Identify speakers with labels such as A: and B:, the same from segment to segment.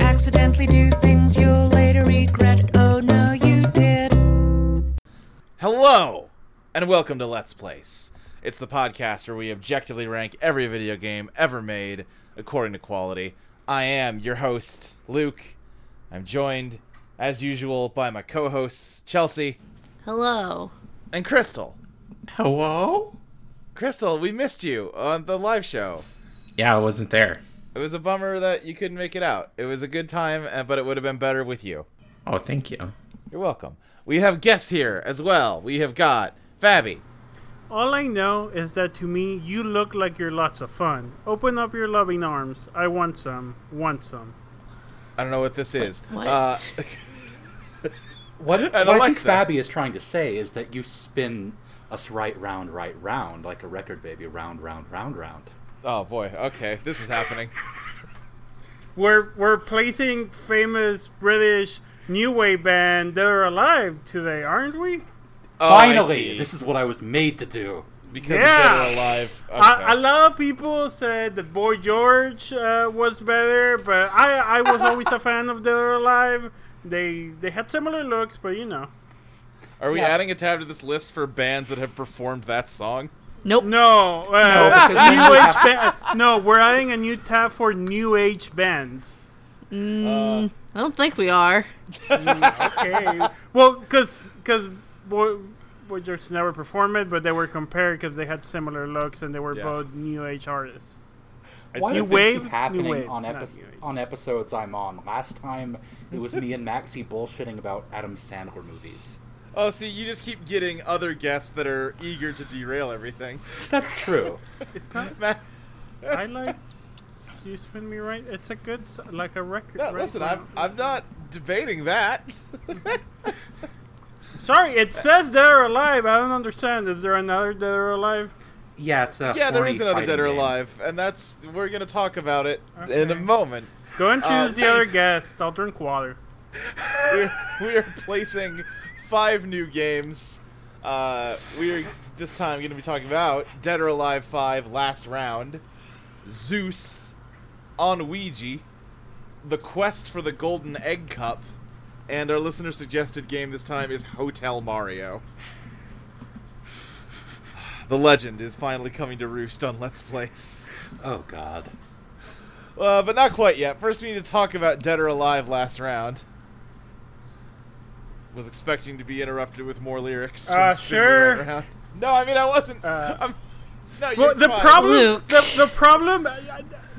A: accidentally do things you'll later regret. Oh no, you did.
B: Hello, and welcome to Let's Place. It's the podcast where we objectively rank every video game ever made according to quality. I am your host, Luke. I'm joined, as usual, by my co hosts, Chelsea
C: Hello.
B: and Crystal.
D: Hello?
B: Crystal, we missed you on the live show.
D: Yeah, I wasn't there.
B: It was a bummer that you couldn't make it out. It was a good time, uh, but it would have been better with you.
D: Oh, thank you.
B: You're welcome. We have guests here as well. We have got Fabi.
E: All I know is that to me, you look like you're lots of fun. Open up your loving arms. I want some. Want some.
B: I don't know what this is.
C: what?
B: Uh,
F: What, what I think
B: Alexa.
F: Fabi is trying to say is that you spin us right round, right round, like a record baby, round, round, round, round.
B: oh boy. Okay, this is happening.
E: We're we're placing famous British new wave band They're Alive today, aren't we?
B: Oh, I
F: Finally,
B: see.
F: this is what I was made to do.
B: because
E: Yeah.
B: they're alive. Okay.
E: I, a lot of people said that Boy George uh, was better, but I I was always a fan of They're Alive. They they had similar looks, but you know.
B: Are we
F: Yeah.
B: adding a tab to this list for bands that have performed that song?
C: Nope.
E: No, uh,
F: because then
E: new
F: you
E: age
F: have-
E: ba- No, we're adding a new tab for new age bands.
C: I don't think we are.
E: okay. Well, because because Boy, Boy George never performed it, but they were compared because they had similar looks and they were
B: Yeah.
E: both new age artists.
F: Why
E: New
F: does
E: wave,
F: this
E: new
F: keep happening
E: wave,
F: on,
E: not
F: epis
E: new wave.
F: on episodes I'm on? Last time, it was me and Maxie bullshitting about Adam Sandler movies.
B: Oh, see, you just keep getting other guests that are eager to derail everything.
F: That's true.
E: It's not.
B: Ma-
E: I like. You spin me right. It's a good s- like a record.
B: No,
E: right?
B: listen,
E: Well,
B: I'm I'm not debating that.
E: Sorry, it says they're alive. I don't understand. Is there another they're alive?
F: Yeah, it's a
B: yeah, there
F: horny
B: is another
F: fighting
B: Dead or
F: game.
B: Alive, and that's we're gonna talk about it in a
E: Okay.
B: moment.
E: Go and choose
B: Uh,
E: the other guest. I'll drink water.
B: We're, we are placing five new games. Uh, we're this time going to be talking about Dead or Alive 5 Last Round, Zeus, Onwiji, The Quest for the Golden Egg Cup, and our listener suggested game this time is Hotel Mario. The legend is finally coming to roost on Let's Plays.
F: Oh God.
B: Uh, but not quite yet. First, we need to talk about Dead or Alive last round. Was expecting to be interrupted with more lyrics. From
E: Uh,
B: Spin Me Right
E: sure.
B: Round. No, I mean I wasn't.
E: Uh,
B: I'm, no, you're
E: Well, the
B: fine.
E: problem,
C: Luke.
E: the, the problem,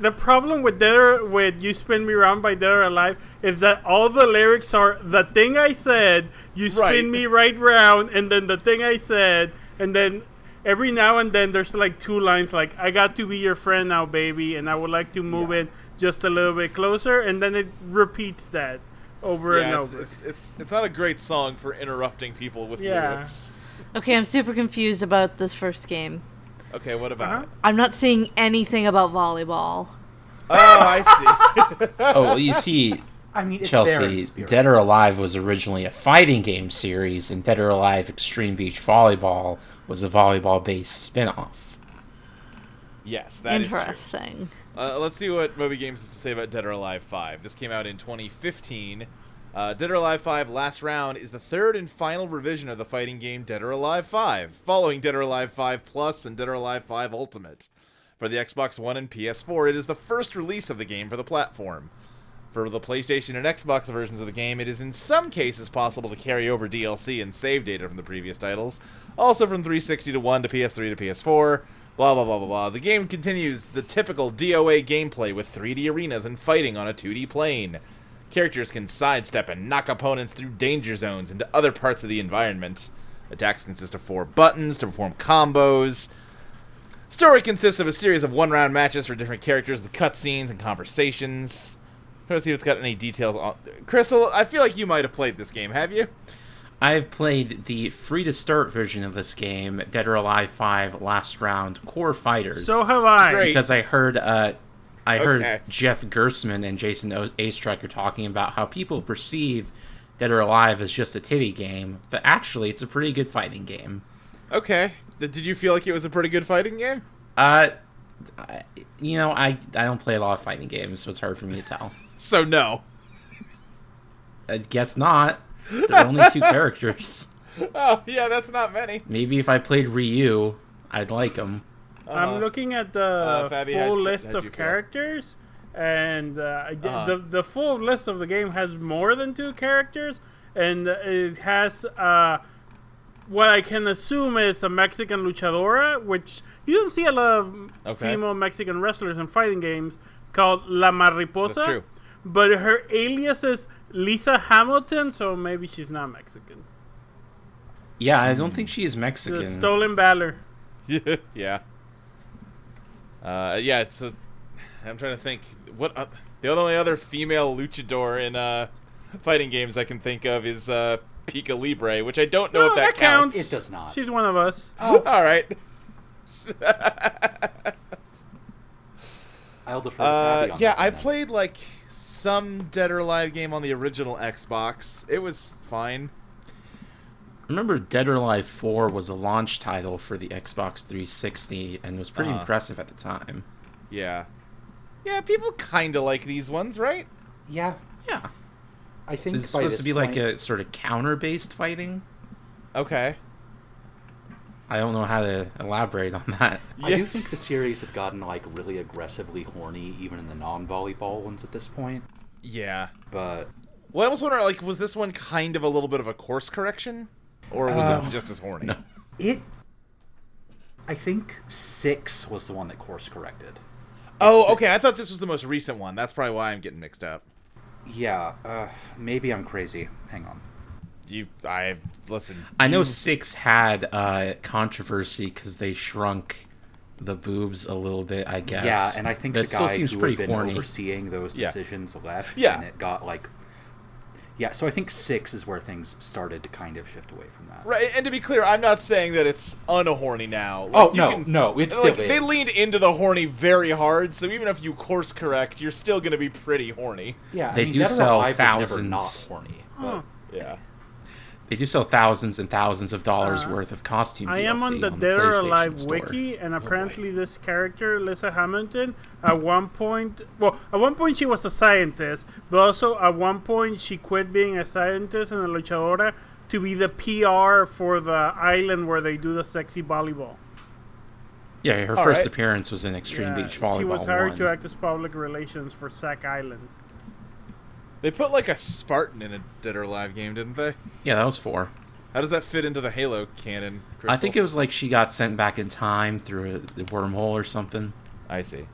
E: the problem with their with you spin me round by their alive is that all the lyrics are the thing I said. You spin
B: Right.
E: me right round, and then the thing I said, and then every now and then there's like two lines like I got to be your friend now, baby, and I would like to move in just a little bit closer, and then it repeats that over and
B: Yeah, it's,
E: over.
B: it's it's it's not a great song for interrupting people with
E: Yeah.
B: lyrics.
C: Okay, I'm super confused about this first game.
B: Okay, what about?
E: Uh-huh.
B: it?
C: I'm not seeing anything about volleyball.
B: Oh, I see.
D: Oh, well, you see,
F: I mean, it's there in
D: Chelsea,
F: spirit.
D: Dead or Alive was originally a fighting game series, and Dead or Alive Extreme Beach Volleyball was a volleyball based spin off.
B: yes, that is true.
C: Interesting.
B: Uh, let's see what Moby Games has to say about Dead or Alive 5. This came out in 2015. Uh, Dead or Alive 5 Last Round is the third and final revision of the fighting game Dead or Alive 5, following Dead or Alive 5 Plus and Dead or Alive 5 Ultimate. For the Xbox One and PS4, it is the first release of the game for the platform. For the PlayStation and Xbox versions of the game, it is in some cases possible to carry over DLC and save data from the previous titles, also from 360 to 1 to PS3 to PS4, blah blah blah blah blah. The game continues the typical DOA gameplay with 3D arenas and fighting on a 2D plane. Characters can sidestep and knock opponents through danger zones into other parts of the environment. Attacks consist of four buttons to perform combos, Story consists of a series of one-round matches for different characters with cutscenes and conversations. Let's see if it's got any details on. Crystal, I feel like you might have played this game. Have you?
D: I've played the free to start version of this game, Dead or Alive 5 Last Round Core Fighters.
E: so have I.
B: Great.
D: because I heard uh, I heard
B: Okay.
D: Jeff Gersman and Jason o- Astriker talking about how people perceive Dead or Alive as just a titty game, but actually it's a pretty good fighting game.
B: Okay. Th- Did you feel like it was a pretty good fighting game?
D: Uh, I, you know I I don't play a lot of fighting games, so it's hard for me to tell.
B: So no.
D: I guess not. There are only two characters.
B: Oh yeah, that's not many.
D: Maybe if I played Ryu, I'd like him.
B: Uh,
E: I'm looking at the
B: Fabi, how'd-
E: full list
B: how'd you
E: of
B: feel?
E: characters, and uh, I d-
B: Uh-huh.
E: the the full list of the game has more than two characters, and it has uh, what I can assume is a Mexican luchadora, which you don't see a lot of
B: Okay.
E: female Mexican wrestlers in fighting games, called La Mariposa.
B: That's true.
E: But her alias is Lisa Hamilton, so maybe she's not Mexican.
D: Yeah, I don't think she is
E: The
D: Mexican.
E: Stolen Valor.
B: yeah. Uh, yeah, it's a. I'm trying to think. What uh, the only other female luchador in uh, fighting games I can think of is uh, Pika Libre, which I don't know
E: No,
B: if that,
E: Oh,
B: Oh.
E: that counts.
F: It does not.
E: She's one of us.
B: All right.
F: I'll defer to
B: Uh,
F: Fabi on
B: yeah,
F: that
B: I
F: one then.
B: played like some Dead or Alive game on the original Xbox. It was fine.
D: remember Dead or Alive 4 was a launch title for the Xbox 360 and was pretty
B: Uh-huh.
D: impressive at the time.
B: Yeah. Yeah, people kind of like these ones, right?
F: Yeah,
D: Yeah.
F: I think
D: It's
F: by
D: supposed to
F: this
D: be like
F: point-
D: a sort of counter based fighting.
B: Okay.
D: I don't know how to elaborate on that.
F: I do
B: Yeah.
F: think the series had gotten like really aggressively horny, even in the non-volleyball ones at this point.
B: Yeah.
F: But
B: Well, I almost wonder, like, was this one kind of a little bit of a course correction, or was it just as horny?
D: No.
F: it, I think six was the one that course corrected.
B: Oh, okay. I thought this was the most recent one. That's probably why I'm getting mixed up.
F: Yeah, uh, maybe I'm crazy. Hang on.
B: You, I listen.
D: I know 6 had uh, controversy because they shrunk the boobs a little bit, I guess.
F: Yeah, and I think
D: that
F: the
D: still
F: guy
D: seems
F: who
D: pretty
F: had been
D: corny.
F: overseeing those
B: Yeah.
F: decisions left,
B: Yeah.
F: and it got like, yeah. So I think six is where things started to kind of shift away from that.
B: Right, and to be clear, I'm not saying that it's unhorny now. Like,
F: Oh
B: you
F: no,
B: can-
F: no, it's
B: like
F: still
B: they
F: is.
B: leaned into the horny very hard, so even if you course correct, you're still gonna be pretty horny.
F: Yeah, I
D: They
F: mean,
D: do
F: Dead or
D: sell
F: Alive was never
D: thousands.
F: Not horny. but-
B: Yeah.
D: They do sell thousands and thousands of
F: Uh,
D: dollars worth of costume.
E: I am
D: DLC
E: on the
D: the
E: Dead or
D: PlayStation
E: Alive
D: store. Oh,
E: wiki, and apparently this character, Lisa Hamilton, at one point, well, at one point she was a scientist, but also at one point she quit being a scientist and a luchadora to be the PR for the island where they do the sexy volleyball.
D: Yeah, her
B: All
D: first
B: right.
D: appearance was in Extreme
E: Yeah,
D: Beach Volleyball.
E: she was hired
D: 1.
E: to act as public relations for Sac Island.
B: They put like a Spartan in a Dead or Alive game, didn't they?
D: Yeah, that was four.
B: How does that fit into the Halo canon? Crystal?
D: I think it was like she got sent back in time through a the wormhole or something.
B: I see.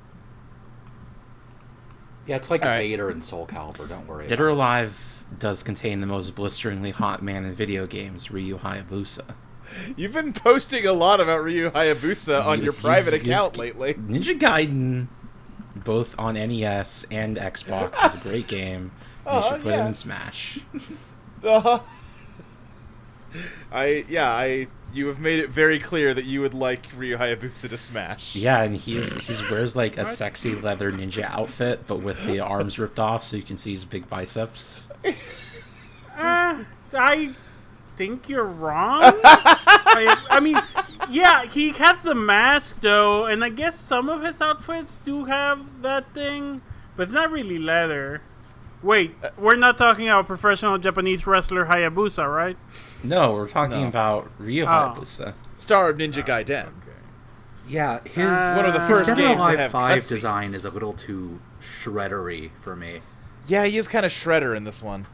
F: Yeah, it's like
B: All right.
F: Vader and Soul Calibur. Don't worry.
D: Dead
F: about
D: or Alive does contain the most blisteringly hot man in video games, Ryu Hayabusa.
B: You've been posting a lot about Ryu Hayabusa on
D: He's-
B: your private
D: he's-
B: account
D: he's-
B: lately.
D: Ninja Gaiden, both on NES and Xbox, is a great game. You
B: Uh-huh,
D: should put him
B: yeah.
D: in Smash.
B: Uh-huh. I yeah I you have made it very clear that you would like Ryu Hayabusa to smash.
D: Yeah, and he's he's wears like a sexy leather ninja outfit, but with the arms ripped off, so you can see his big biceps.
E: Uh, I think you're wrong. I, I mean, yeah, he has the mask though, and I guess some of his outfits do have that thing, but it's not really leather. Wait, we're not talking about professional Japanese wrestler Hayabusa, right?
D: No, we're talking
B: No.
D: about Ryu
E: Oh.
D: Hayabusa.
B: Star of Ninja Gaiden.
F: it. yeah, his
E: One of the
F: his
E: first
F: Dead or
B: games to
F: Alive
B: have
F: Five
B: cutscenes.
F: design is a little too shreddery for me.
B: Yeah, he is kind of shredder in this one.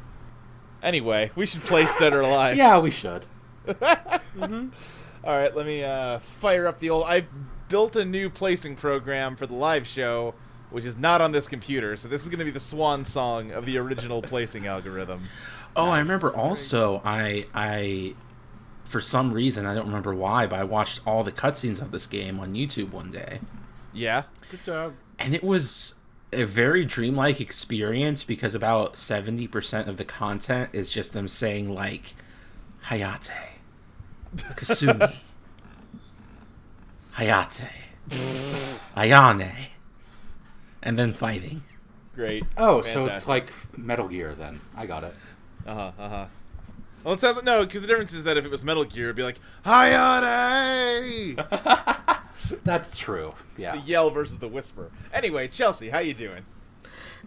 B: Anyway, we should play Dead or Alive.
F: Yeah, we should.
B: All right, let me uh, fire up the old. I built a new placing program for the live show, which is not on this computer. So this is going to be the swan song of the original placing algorithm.
D: Oh, I remember also I I for some reason I don't remember why, but I watched all the cutscenes of this game on YouTube one day.
B: Yeah.
E: Good job.
D: And it was a very dreamlike experience because about 70% of the content is just them saying like Hayate Kasumi Hayate Ayane and then fighting.
B: Great.
F: Oh, so it's like Metal Gear then. I got it.
B: Uh huh. Uh huh. Well, it sounds like no, because the difference is that if it was Metal Gear, it'd be like Hayate,
F: That's true. Yeah.
B: the yell versus the whisper. Anyway, Chelsea, how you doing?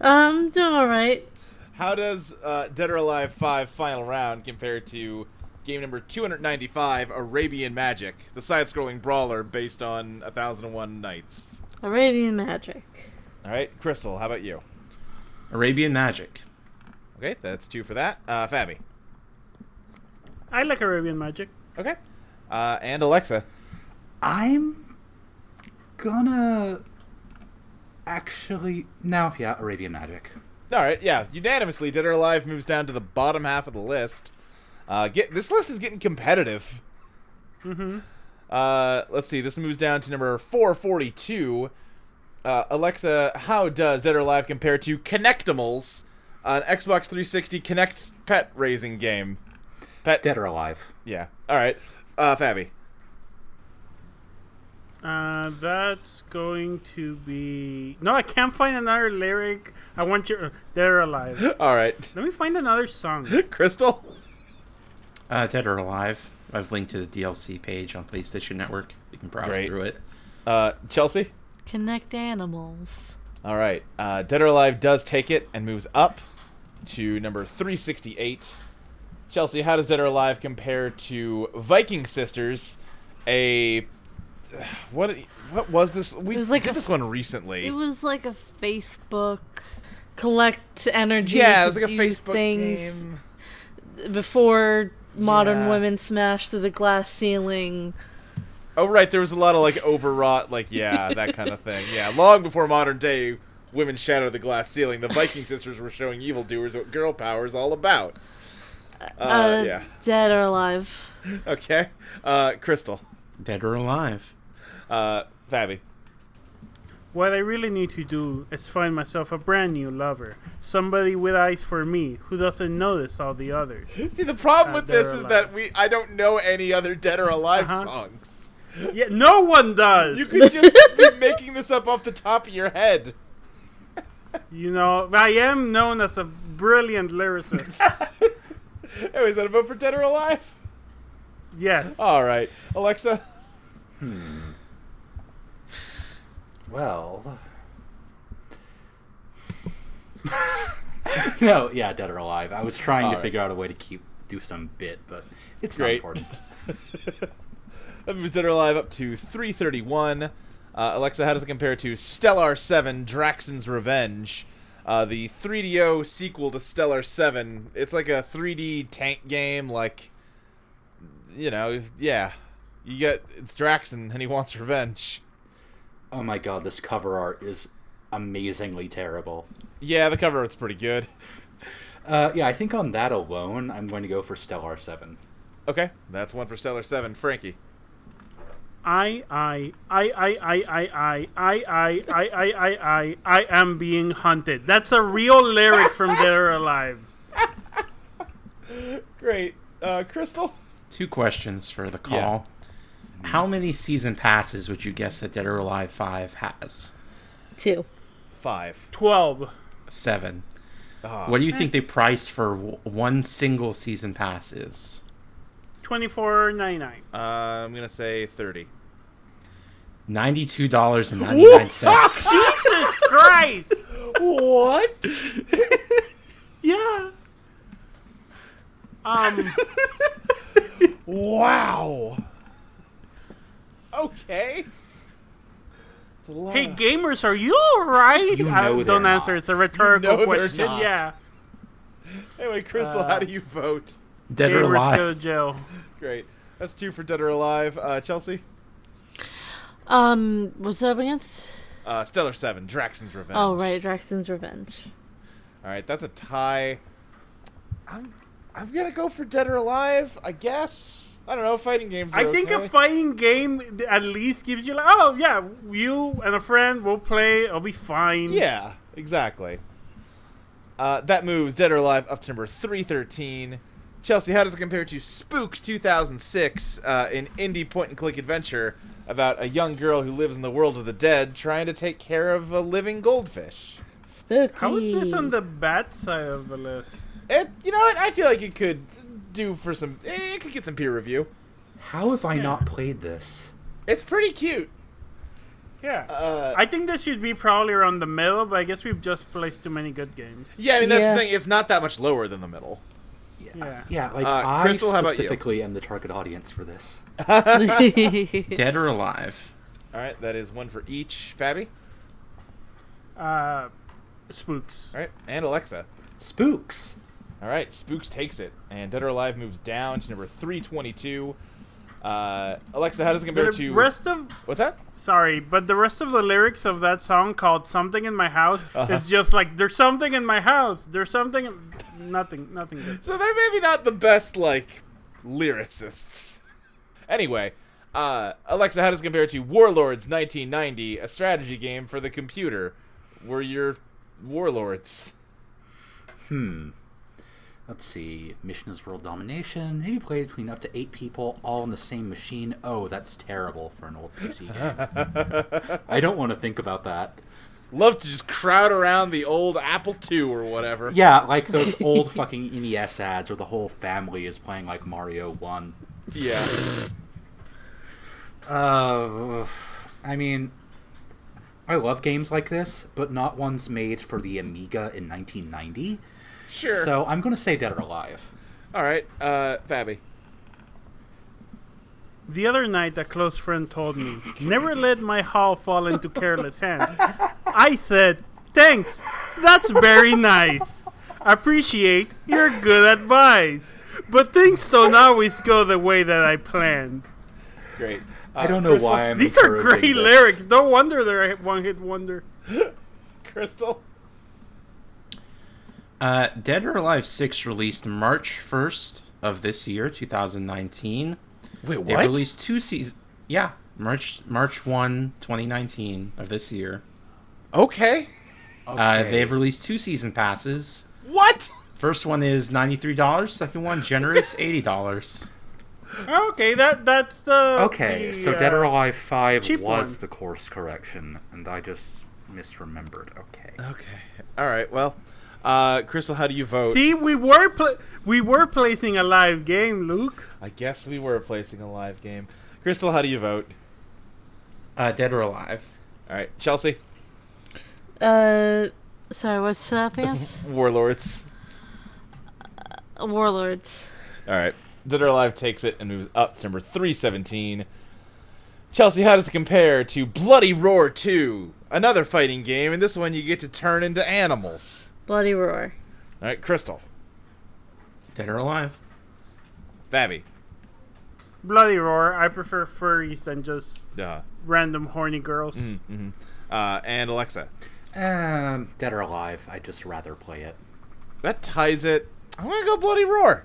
C: Um, doing all right.
B: How does uh, Dead or Alive 5 Final Round compare to game number 295, Arabian Magic, the side scrolling brawler based on 1001 Nights?
C: Arabian magic.
B: All right, Crystal, how about you?
D: Arabian Magic.
B: Okay, that's two for that. Uh, Fabby.
E: I like Arabian Magic.
B: Okay. Uh, and Alexa.
F: I'm gonna actually now yeah Arabian Magic.
B: All right, yeah, unanimously, Dead or Alive moves down to the bottom half of the list. Uh, get this list is getting competitive. Mm-hmm. Uh, let's see, this moves down to number four forty-two. Uh, Alexa, how does Dead or Alive compare to Connectimals, an Xbox 360 Connect pet raising game? Pet,
F: Dead or alive.
B: yeah. All right, uh, Fabby.
E: Uh, that's going to be. No, I can't find another lyric. I want you. uh, They're alive.
B: All right,
E: Let me find another song.
B: Crystal.
D: Uh, Dead or Alive. I've linked to the DLC page on PlayStation Network. You can browse
B: Great.
D: through it.
B: Uh, Chelsea.
C: Connect animals.
B: All right. Uh, Dead or Alive does take it and moves up to number 368. Chelsea, how does Dead or Alive compare to Viking Sisters? A what? What was this? We
C: It was like
B: did
C: a-
B: this one recently.
C: It was like a Facebook collect energy.
B: yeah, it
C: to
B: was like a
C: do
B: Facebook
C: things
B: game.
C: before modern
B: Yeah.
C: women smashed through the glass ceiling.
B: Oh right, there was a lot of like overwrought, like yeah, that kind of thing. Yeah, long before modern day women shattered the glass ceiling, the Viking sisters were showing evildoers what girl power is all about. Uh,
C: Uh,
B: yeah.
C: Dead or alive.
B: Okay. Uh, Crystal.
D: Dead or Alive.
B: Uh, Fabi.
E: What I really need to do is find myself a brand new lover. Somebody with eyes for me who doesn't notice all the others.
B: See, the problem
E: Uh,
B: with this
E: Dead or
B: is
E: Alive.
B: that we I don't know any other Dead or Alive
E: Uh-huh.
B: songs.
E: Yeah, no one does.
B: You
E: You,
B: could just be making this up off the top of your head.
E: know, I am known as a brilliant lyricist.
B: Anyways, that a vote for Dead or Alive?
E: yes.
B: All right, Alexa.
F: Well. no, yeah, Dead or Alive. I was trying to
B: Alright.
F: figure out a way to keep do some bit, but it's
B: Great.
F: not important.
B: That moves Dead or Alive up to 331. Uh, Alexa, how does it compare to Stellar 7 Draxon's Revenge? Uh, the 3DO sequel to Stellar 7. It's like a 3D tank game, like, you know, yeah. You get, it's Draxon and he wants revenge.
F: Oh my god, this cover art is amazingly terrible.
B: Yeah, the cover art's pretty good.
F: Uh, yeah, I think on that alone, I'm going to go for Stellar 7.
B: Okay, that's one for Stellar Seven, Frankie.
E: I I I I I I I I I I I I I am being hunted. That's a real lyric from Dead or Alive.
B: Great, uh, Crystal.
D: Two questions for the call. How many season passes would you guess that Dead or Alive 5 has?
C: Two.
B: Five.
E: Twelve.
D: Seven.
B: Ah.
D: What do you think they price for w- one single season pass is?
E: Twenty-four ninety-nine.
B: Uh, I'm gonna say thirty.
D: $92.99.
E: Jesus Christ!
B: What?
E: Yeah. Um.
B: Wow. Okay. It's a lot
E: hey,
B: of-
E: gamers, are you alright?
F: You
E: I
F: know
E: don't
F: they're
E: answer.
F: not.
E: It's a rhetorical
B: You know they're
E: question.
F: not.
E: Yeah.
B: anyway, Crystal, how do you vote?
D: Dead or
E: gamers
D: Alive.
E: go to jail.
B: Great. That's two for Dead or Alive. Uh, Chelsea.
C: Um, what's that up against?
B: Uh, Stellar Seven, Draxon's Revenge.
C: Oh, right, Draxon's Revenge.
B: All right, that's a tie. I'm, I'm gonna go for Dead or Alive. I guess. I don't know. Fighting games. Are
E: I think
B: okay.
E: a fighting game th- at least gives you like, oh yeah, you and a friend will play. I'll be fine.
B: Yeah, exactly. Uh, that moves Dead or Alive up to number 313. Chelsea, how does it compare to Spooks 2006, uh, an indie point and click adventure about a young girl who lives in the world of the dead trying to take care of a living goldfish?
C: Spooky.
E: How is this on the bad side of the list?
B: It, you know what? I feel like it could do for some. eh, It could get some peer review.
F: How have I not played this?
B: It's pretty cute.
E: Yeah.
B: Uh,
E: I think this should be probably around the middle, but I guess we've just placed too many good games.
B: Yeah, I mean that's
C: Yeah.
B: the thing. It's not that much lower than the middle.
E: Yeah.
F: Yeah, like
B: Uh,
F: I
B: Crystal, how about you?
F: specifically am the target audience for this.
D: Dead or alive.
B: All right, that is one for each. Fabi,
E: Uh, spooks.
B: all right, and Alexa.
F: Spooks.
B: All right, Spooks takes it, and Dead or Alive moves down to number 322. Uh, Alexa, how does it compare
E: The
B: to
E: rest of
B: what's that?
E: sorry, but the rest of the lyrics of that song called "Something in My House"
F: Uh-huh.
E: is just like "There's something in my house." There's something. in-" Nothing. Nothing good.
B: So they're maybe not the best like lyricists. anyway, uh, Alexa, how does it compare to Warlords 1990, a strategy game for the computer, where you're warlords?
F: Let's see. Mission is world domination. Maybe plays between up to eight people, all on the same machine. Oh, that's terrible for an old PC game. I don't want to think about that.
B: Love to just crowd around the old Apple II or whatever.
F: Yeah, like those old fucking NES ads where the whole family is playing like Mario One.
B: yeah.
F: Uh, I mean, I love games like this, but not ones made for the Amiga in 1990.
B: Sure.
F: So I'm gonna say Dead or Alive.
B: All right, uh, Fabi.
E: The other night, a close friend told me, "Never let my haul fall into careless hands." I said, "Thanks. That's very nice. Appreciate your good advice." But things don't always go the way that I planned.
B: Great.
F: I
B: Uh,
F: don't know
B: Crystal-
F: why I'm.
E: These are
F: encouraging
E: great
F: this.
E: lyrics. No wonder they're a one-hit wonder.
B: Crystal.
D: Uh, Dead or Alive 6 released March 1st of this year, 2019.
B: Wait,
D: They released two seasons. Yeah, March March 1, 2019 of this year.
B: Okay.
D: Uh,
F: Okay.
D: they've released two season passes.
B: What?
D: First one is $93, second one generous $80.
E: Okay, that that's uh,
F: Okay,
E: the,
F: so Dead or
E: uh,
F: Alive Five
E: cheap
F: was
E: one.
F: the course correction, and I just misremembered. Okay.
B: Okay. All right. Well, uh, Crystal, how do you vote?
E: See, we were pl- we were placing a live game, Luke.
B: I guess we were placing a live game. Crystal, how do you vote?
D: Uh, Dead or Alive.
B: All right, Chelsea.
C: uh, sorry, what's that pants?
B: Warlords.
C: Warlords.
B: All right. Dead or Alive takes it and moves up to number 317. Chelsea, how does it compare to Bloody Roar 2? Another fighting game, and this one you get to turn into animals.
C: Bloody Roar.
B: All right, Crystal.
D: Dead or Alive.
B: Fabi.
E: Bloody roar! I prefer furries than just
B: Uh,
E: random horny girls.
B: uh, and Alexa.
F: Um, Dead or Alive, I'd just rather play it.
B: That ties it. I'm going to go Bloody Roar.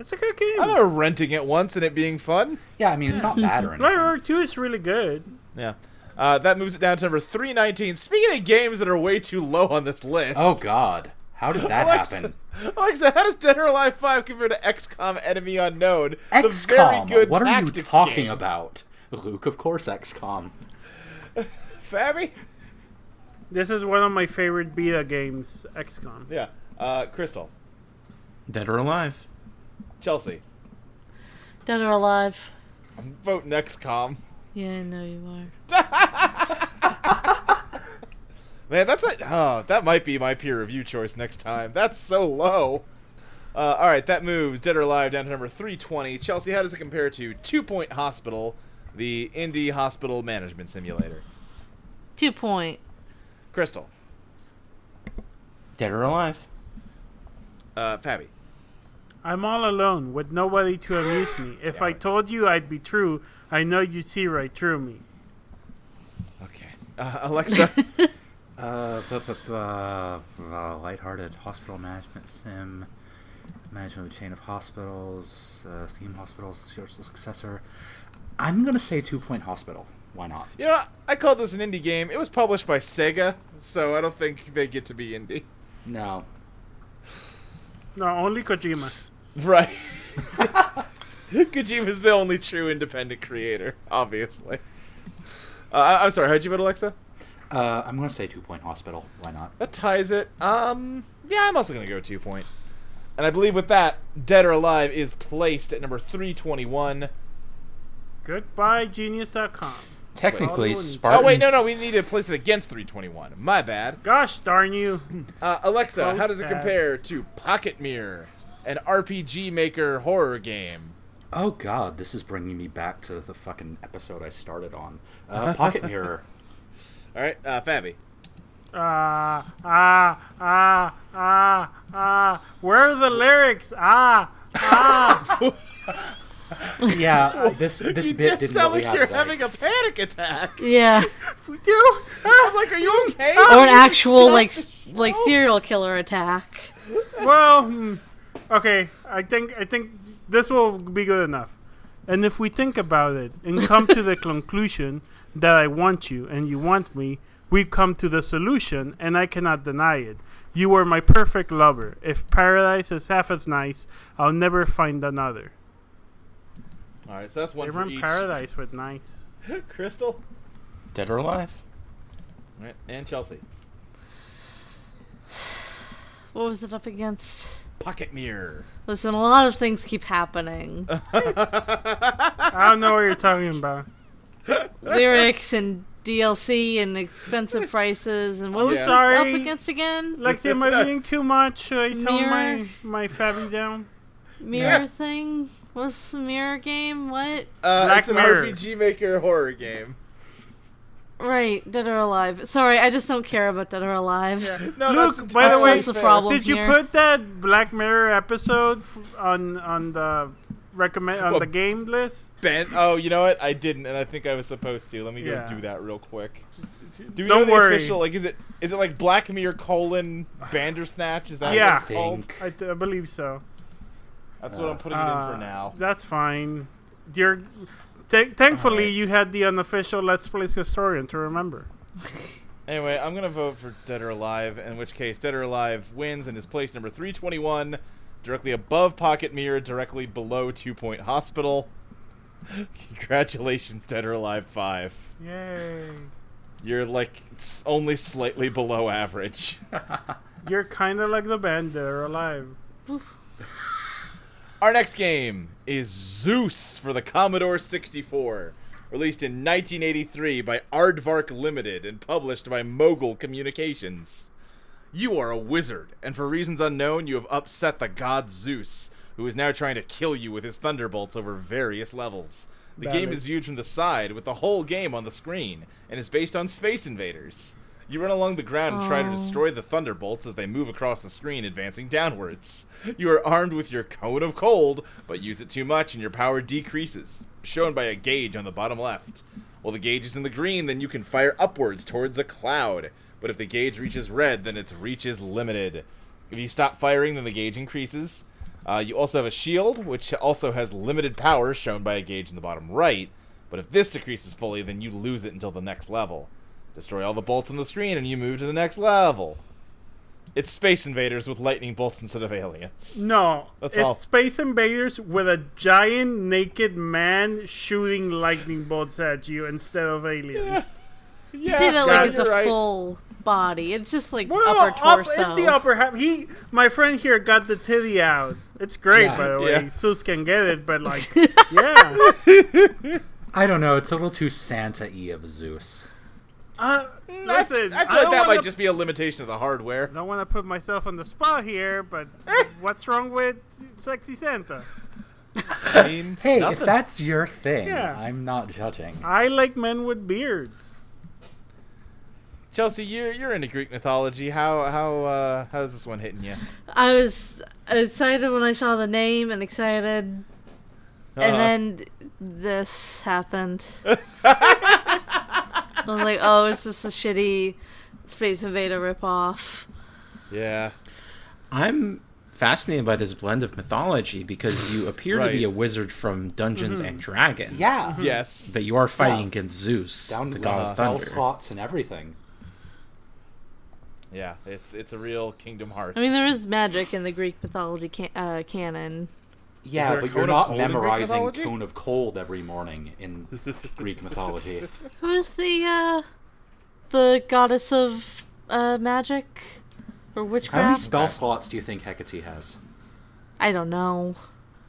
E: It's a good game.
B: I remember renting it once and it being fun.
F: Yeah, I mean it's not bad or
E: Bloody
F: anything.
E: roar two is really good.
B: Yeah. Uh, that moves it down to number 319. Speaking of games that are way too low on this list.
F: Oh God, how did that
B: Alexa,
F: happen?
B: Alexa, how does Dead or Alive 5 compare to XCOM Enemy Unknown? The very
F: XCOM.
B: good
F: What are you
B: tactics
F: talking
B: game.
F: about, Luke? Of course, XCOM.
B: Fabi?
E: This is one of my favorite beta games, XCOM.
B: Yeah. Uh, Crystal.
D: Dead or Alive.
B: Chelsea.
C: Dead or alive.
B: I'm voting XCOM.
C: Yeah, I know you are.
B: Man, that's not. Oh, that might be my peer review choice next time. That's so low. Uh, all right, that moves Dead or Alive down to number 320. Chelsea, how does it compare to Two Point Hospital, the indie hospital management simulator?
C: Two point.
B: Crystal.
D: Dead or Alive.
B: Uh, Fabi.
E: I'm all alone with nobody to amuse me. If I told you I'd be true, I know you'd see right through me.
B: Okay. Uh, Alexa.
F: Uh, bu- bu- bu- uh, lighthearted hospital management sim, management of a chain of hospitals, uh, theme hospitals, social successor. I'm gonna say Two Point Hospital. Why not?
B: You know, I call this an indie game. It was published by Sega, so I don't think they get to be indie.
F: No.
E: No, only Kojima.
B: Right. Kojima's the only true independent creator, obviously. Uh, I- I'm sorry, how'd you vote, Alexa?
F: Uh, I'm gonna say Two Point Hospital. Why not?
B: That ties it. Um, yeah, I'm also gonna go two point. And I believe with that, Dead or Alive is placed at number 321.
E: Goodbye, Genius.com.
D: Technically,
E: Oh,
D: Spartan.
B: Oh wait, no, no, we need to place it against 321. My bad.
E: Gosh darn you.
B: Uh, Alexa, how does it
E: Close
B: compare
E: tabs.
B: to Pocket Mirror, an RPG maker horror game?
F: Oh god, this is bringing me back to the fucking episode I started on. Uh, Pocket Mirror.
B: All right, uh, Fabi.
E: Ah, ah, ah, ah, ah. Where are the lyrics? Ah,
F: yeah, this this
B: You
F: bit
B: just
F: didn't
B: sound like
F: really have
B: you're having a
F: legs.
B: panic attack.
C: Yeah.
E: we do.
B: I'm like, are you okay?
C: Or an actual like s- like serial killer attack.
E: well, hmm, okay. I think I think this will be good enough. And if we think about it and come to the conclusion that I want you and you want me, we've come to the solution, and I cannot deny it. You are my perfect lover. If paradise is half as nice, I'll never find another.
B: All right, so that's
E: They
B: one for
E: run
B: each.
E: paradise with nice.
B: Crystal
D: Dead or alive?
B: All right, and Chelsea.
C: What was it up against?
B: Pocket Mirror.
C: Listen, a lot of things keep happening.
E: I don't know what you're talking about.
C: Lyrics and DLC and expensive prices and what was
B: Yeah.
C: it
E: Sorry.
C: up against again?
E: Lexi, am I reading too much? Should I tone my,
C: Mirror.
E: my Fabi down?
C: Mirror thing? What's the mirror game? What?
B: Uh,
E: Black
B: it's an
E: Mirror.
B: RPG maker horror game.
C: Right, Dead or Alive. Sorry, I just don't care about Dead or Alive.
B: No,
E: Look,
B: that's
E: by the
B: entirely
E: way-
C: That's the
B: fair.
C: problem.
E: Did you
C: here.
E: put that Black Mirror episode f- on on the recommend on
B: Well-
E: the game list?
B: Ben, oh, you know what? I didn't, and I think I was supposed to. Let me go
E: Yeah.
B: do that real quick. Do we
E: Don't
B: know
E: worry.
B: the official? Like, is it is it like Black Mirror colon Bandersnatch? Is that
E: Yeah.
B: what it's called?
F: Think.
E: I, th- I believe so.
B: That's what I'm putting it in
E: Uh,
B: for now.
E: That's fine. You're, th- thankfully, you had the unofficial Let's Plays historian to remember.
B: Anyway, I'm gonna vote for Dead or Alive, in which case Dead or Alive wins and is placed number 321, directly above Pocket Mirror, directly below Two Point Hospital. Congratulations, Dead or Alive Five.
E: Yay!
B: You're like s- only slightly below average.
E: You're kind of like the band that are alive.
B: Our next game is Zeus for the Commodore 64, released in 1983 by Aardvark Limited and published by Mogul Communications. You are a wizard, and for reasons unknown, you have upset the god Zeus, who is now trying to kill you with his thunderbolts over various levels. The game
E: Valid.
B: is viewed from the side, with the whole game on the screen, and is based on Space Invaders. You run along the ground and try to destroy the thunderbolts as they move across the screen, advancing downwards. You are armed with your cone of cold, but use it too much and your power decreases, shown by a gauge on the bottom left. While the gauge is in the green, then you can fire upwards towards a cloud. But if the gauge reaches red, then its reach is limited. If you stop firing, then the gauge increases. Uh, you also have a shield, which also has limited power, shown by a gauge in the bottom right. But if this decreases fully, then you lose it until the next level. Destroy all the bolts on the screen, and you move to the next level. It's Space Invaders with lightning bolts instead of aliens.
E: No,
B: That's
E: it's
B: all.
E: Space Invaders with a giant naked man shooting lightning bolts at you instead of aliens.
C: You say that like
E: guys,
C: it's a
B: you're right.
C: full body. It's just like
E: Well,
C: upper
E: up-
C: torso.
E: it's the upper half. He, my friend here, got the titty out. It's great, by the way.
B: Yeah.
E: Zeus can get it, but like, yeah.
F: I don't know. It's a little too Santa-y of Zeus.
E: Uh,
B: Mm, I, I
E: listen,
B: feel like that
E: don't wanna,
B: might just be a limitation of the hardware.
E: I don't want to put myself on the spot here, but what's wrong with sexy Santa?
B: I mean,
F: Hey, if
B: nothing.
F: that's your thing,
E: Yeah.
F: I'm not judging.
E: I like men with beards.
B: Chelsea, you're you're into Greek mythology. How how uh, how's this one hitting you?
C: I was excited when I saw the name and excited, and
E: Uh-huh.
C: then this happened. I was like, oh, it's just a shitty Space Invader ripoff.
B: yeah,
D: I'm fascinated by this blend of mythology because you appear
B: Right.
D: to be a wizard from Dungeons and Dragons.
F: Yeah,
B: yes,
D: But you are fighting
F: Yeah.
D: against Zeus,
F: down
D: the
F: to
D: god of
F: spell
D: thunder.
F: slots and everything.
B: yeah. It's it's a real Kingdom Hearts.
C: I mean, there is magic in the Greek mythology ca- uh, canon.
B: there
F: Yeah,
B: a
F: but
B: cone
F: you're
B: of
F: not
B: cold in Greek
F: memorizing
B: mythology?
F: cone of cold every morning in Greek mythology.
C: Who's the uh, the goddess of uh, magic
F: How
C: or
F: many
C: witchcraft?
F: spell slots do you think Hecate has?
C: I don't know.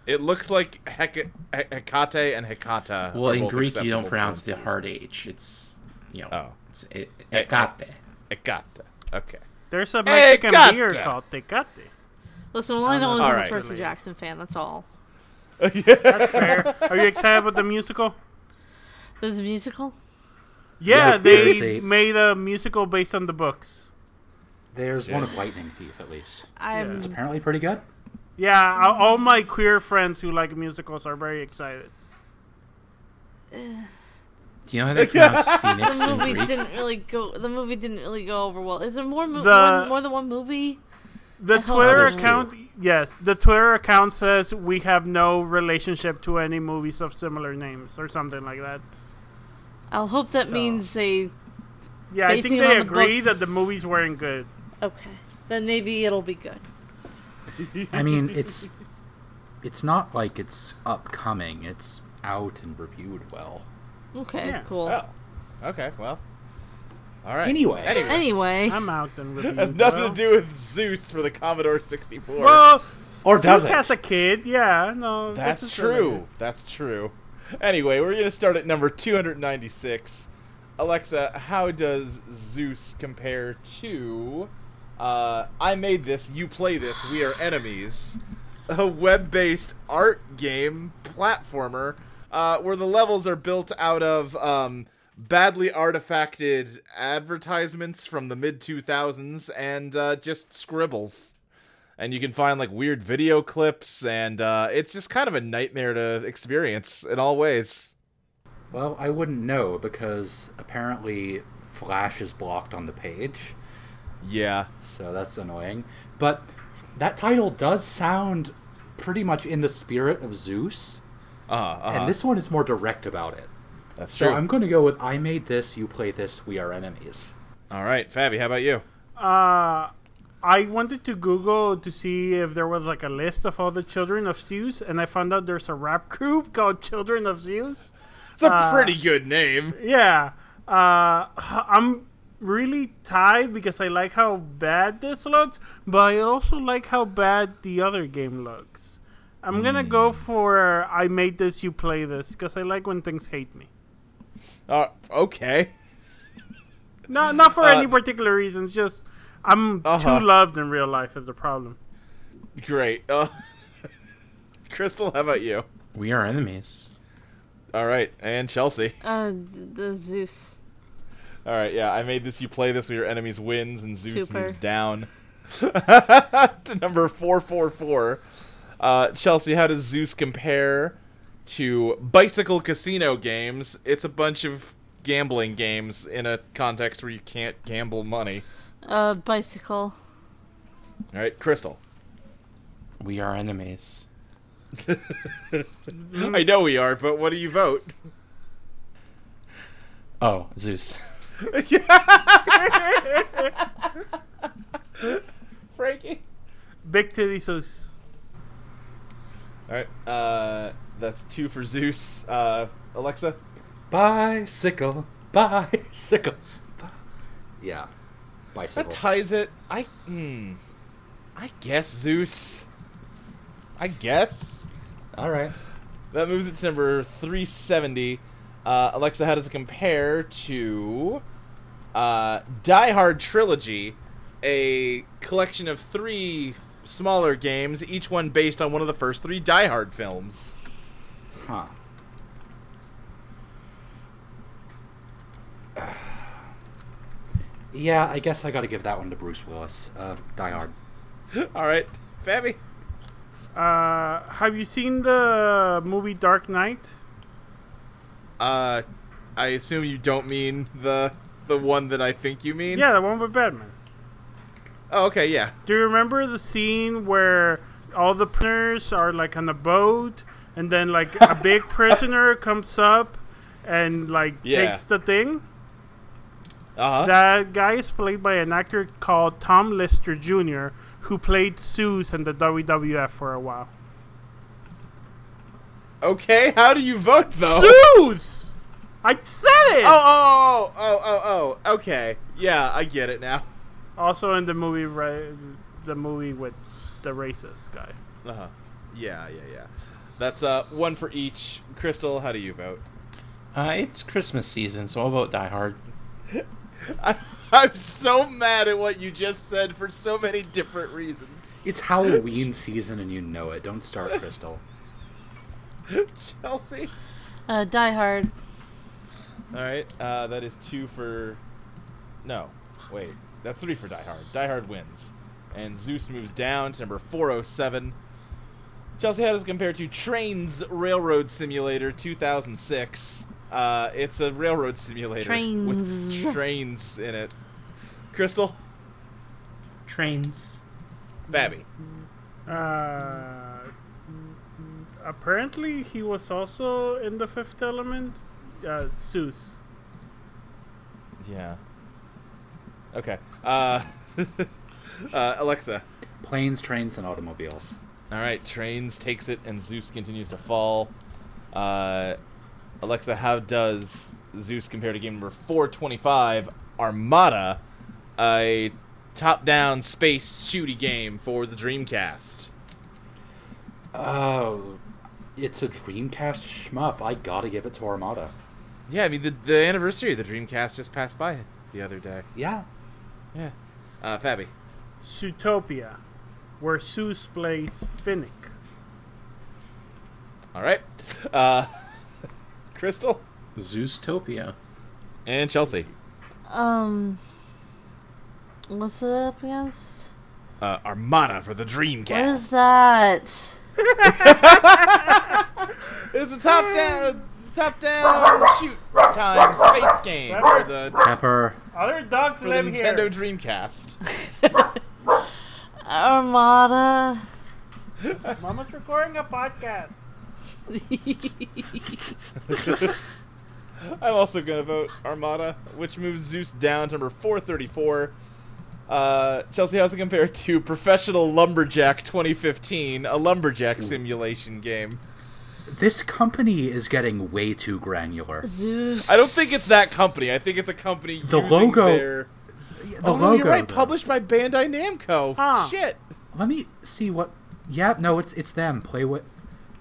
B: It looks like Hec- He- Hecate and Hecata.
D: Well,
B: are
D: in
B: both
D: Greek, you don't
B: acceptable
D: pronounce the
B: pronunciations.
D: hard H. It's, you know,
B: Oh.
D: it's it,
B: Eh,
D: Hecate.
B: Hecata. Okay.
E: There's a
B: Hey,
E: Mexican beer
B: gotcha.
E: called Tecate.
C: Listen, all I know is
B: All
C: I'm
B: right.
C: a Percy Jackson fan. That's all.
E: That's fair. Are you excited about the musical?
C: There's a musical.
E: Yeah,
F: Yeah, there's
E: they
F: a-
E: made a musical based on the books.
F: There's one of Lightning Thief, at least.
C: I'm
F: It's apparently pretty good.
E: Yeah, a- all my queer friends who like musicals are very excited.
D: Do you know how they pronounce Phoenix
C: the
D: in
C: movies
D: Greek?
C: didn't really go. The movie didn't really go over well. Is there more mo-
E: The-
C: one, more than one movie?
E: The
C: I hope
E: Twitter
C: there's
E: account, yes, the Twitter account says we have no relationship to any movies of similar names or something like that.
C: I'll hope that
E: So-
C: means they.
E: Yeah,
C: Basing
E: I
C: it
E: think
C: on
E: they
C: the
E: agree that the
C: books.
E: movies weren't good.
C: Okay, then maybe it'll be good.
F: I mean, it's it's not like it's upcoming. It's out and reviewed well.
C: Okay,
E: Yeah.
C: cool.
B: Oh. Okay. Well. All right.
F: Anyway.
B: Anyway.
C: Anyway,
E: I'm out and with
B: Has nothing to do with Zeus for the Commodore 64.
E: Well,
F: Or
E: Zeus
F: does it?
E: has a kid. Yeah, no, this
B: That's
E: is
B: true.
E: related.
B: That's true. Anyway, we're going to start at number 296. Alexa, how does Zeus compare to uh, I made this, you play this, we are enemies? A web based art game platformer uh, where the levels are built out of um, badly artifacted advertisements from the mid 2000s and uh, just scribbles and you can find like weird video clips and uh, it's just kind of a nightmare to experience in all ways
F: Well, I wouldn't know because apparently Flash is blocked on the page,
B: yeah
F: so that's annoying. But that title does sound pretty much in the spirit of Zeus,
B: uh, uh
F: and this one is more direct about it.
B: that's
F: So I'm going to go with I made this, you play this, we are enemies.
B: all right fabi how about you
E: Uh, I wanted to Google to see if there was like a list of all the children of Zeus, and I found out there's a rap group called Children of Zeus.
B: it's a pretty good name
E: Yeah, uh, I'm really tied because I like how bad this looks, but I also like how bad the other game looks. I'm gonna go
B: Hmm.
E: for I made this, you play this, because I like when things hate me.
B: uh, okay
E: No, not for
B: Uh,
E: any particular reason. it's Just I'm
B: Uh-huh.
E: too loved in real life is the problem.
B: great uh, crystal how about you
D: We are enemies.
B: all right and chelsea
C: uh, th- the Zeus.
B: all right yeah i made this you play this where your enemies wins and zeus
C: Super.
B: moves down to number 444 uh, chelsea how does zeus compare to bicycle casino games it's a bunch of gambling games in a context where you can't gamble money
C: Uh, bicycle.
B: all right crystal
D: We are enemies.
B: i know we are but what do you vote
D: Oh, Zeus.
B: frankie
E: Big titty Zeus.
B: all right uh, that's two for zeus uh, alexa
F: Bicycle, bicycle. bi- Yeah,
B: That
F: bicycle.
B: ties it. I hmm. I guess Zeus. I guess
F: All right.
B: that moves it to number three seventy. Uh, Alexa, how does it compare to uh, Die Hard trilogy, a collection of three smaller games, each one based on one of the first three Die Hard films?
F: Huh. Yeah, I guess I gotta give that one to Bruce Willis. Uh, Die Hard.
B: All right, Fabi.
E: Uh, have you seen the movie Dark Knight?
B: Uh, I assume you don't mean the the one that I think you mean.
E: Yeah, the one with Batman.
B: Oh, okay. Yeah.
E: Do you remember the scene where all the prisoners are like on a boat, and then like a big prisoner comes up and like
B: Yeah.
E: takes the thing?
B: Uh huh.
E: That guy is played by an actor called Tom Lister Jr., who played Zeus in the WWF for a while.
B: Okay. How do you vote though?
E: Zeus! I said it.
B: Oh, oh, oh, oh, oh, oh. Okay. Yeah, I get it now.
E: Also in the movie, Ra- the movie with the racist guy.
B: Uh huh. Uh-huh. Yeah, yeah, yeah. That's uh, one for each. Crystal, how do you vote?
D: Uh, it's Christmas season, so I'll vote Die Hard.
B: I, I'm so mad at what you just said for so many different reasons.
F: It's Halloween season and you know it. Don't start, Crystal.
B: Chelsea.
C: Uh, Die Hard.
B: All right, uh, that is two for. No, wait, that's three for Die Hard. Die Hard wins, and Zeus moves down to number 407. Chelsea, how does it compare to Trains Railroad Simulator 2006? Uh, it's a railroad simulator with
C: Trains.
B: trains in it. Crystal,
D: Trains.
B: Babby.
E: Uh, apparently, he was also in the Fifth Element. Uh, Seuss.
B: Yeah. Okay. Uh, uh, Alexa.
F: Planes, trains, and automobiles.
B: All right, trains takes it, and Zeus continues to fall. Uh, Alexa, how does Zeus compare to game number 425, Armada, a top-down space shooty game for the Dreamcast?
F: Oh, it's a Dreamcast shmup. I gotta give it to Armada.
B: Yeah, I mean the the anniversary of the Dreamcast just passed by the other day.
F: Yeah.
B: Yeah, uh, Fabi.
E: Zootopia, where Seuss plays Finnick.
B: All right, uh, Crystal
D: Zeustopia.
B: and Chelsea.
C: Um, what's it up against?
B: Uh, Armada for the Dreamcast.
C: What is that?
B: It's a top down, top down shoot time space game for the
F: Pepper.
E: Other dogs
B: for the
E: live
B: Nintendo
E: here.
B: Dreamcast.
C: Armada.
E: Mama's recording a podcast.
B: I'm also gonna vote Armada, which moves Zeus down to number 434. Uh, Chelsea, how's it compare to Professional Lumberjack 2015, a lumberjack simulation game?
F: This company is getting way too granular.
C: Zeus.
B: I don't think it's that company. I think it's a company.
F: The
B: using
F: logo-
B: Their...
F: The
B: oh, no, you're right.
F: though.
B: Published by Bandai Namco.
E: Huh.
B: Shit.
F: Let me see what. Yeah, no, it's it's them. Play what?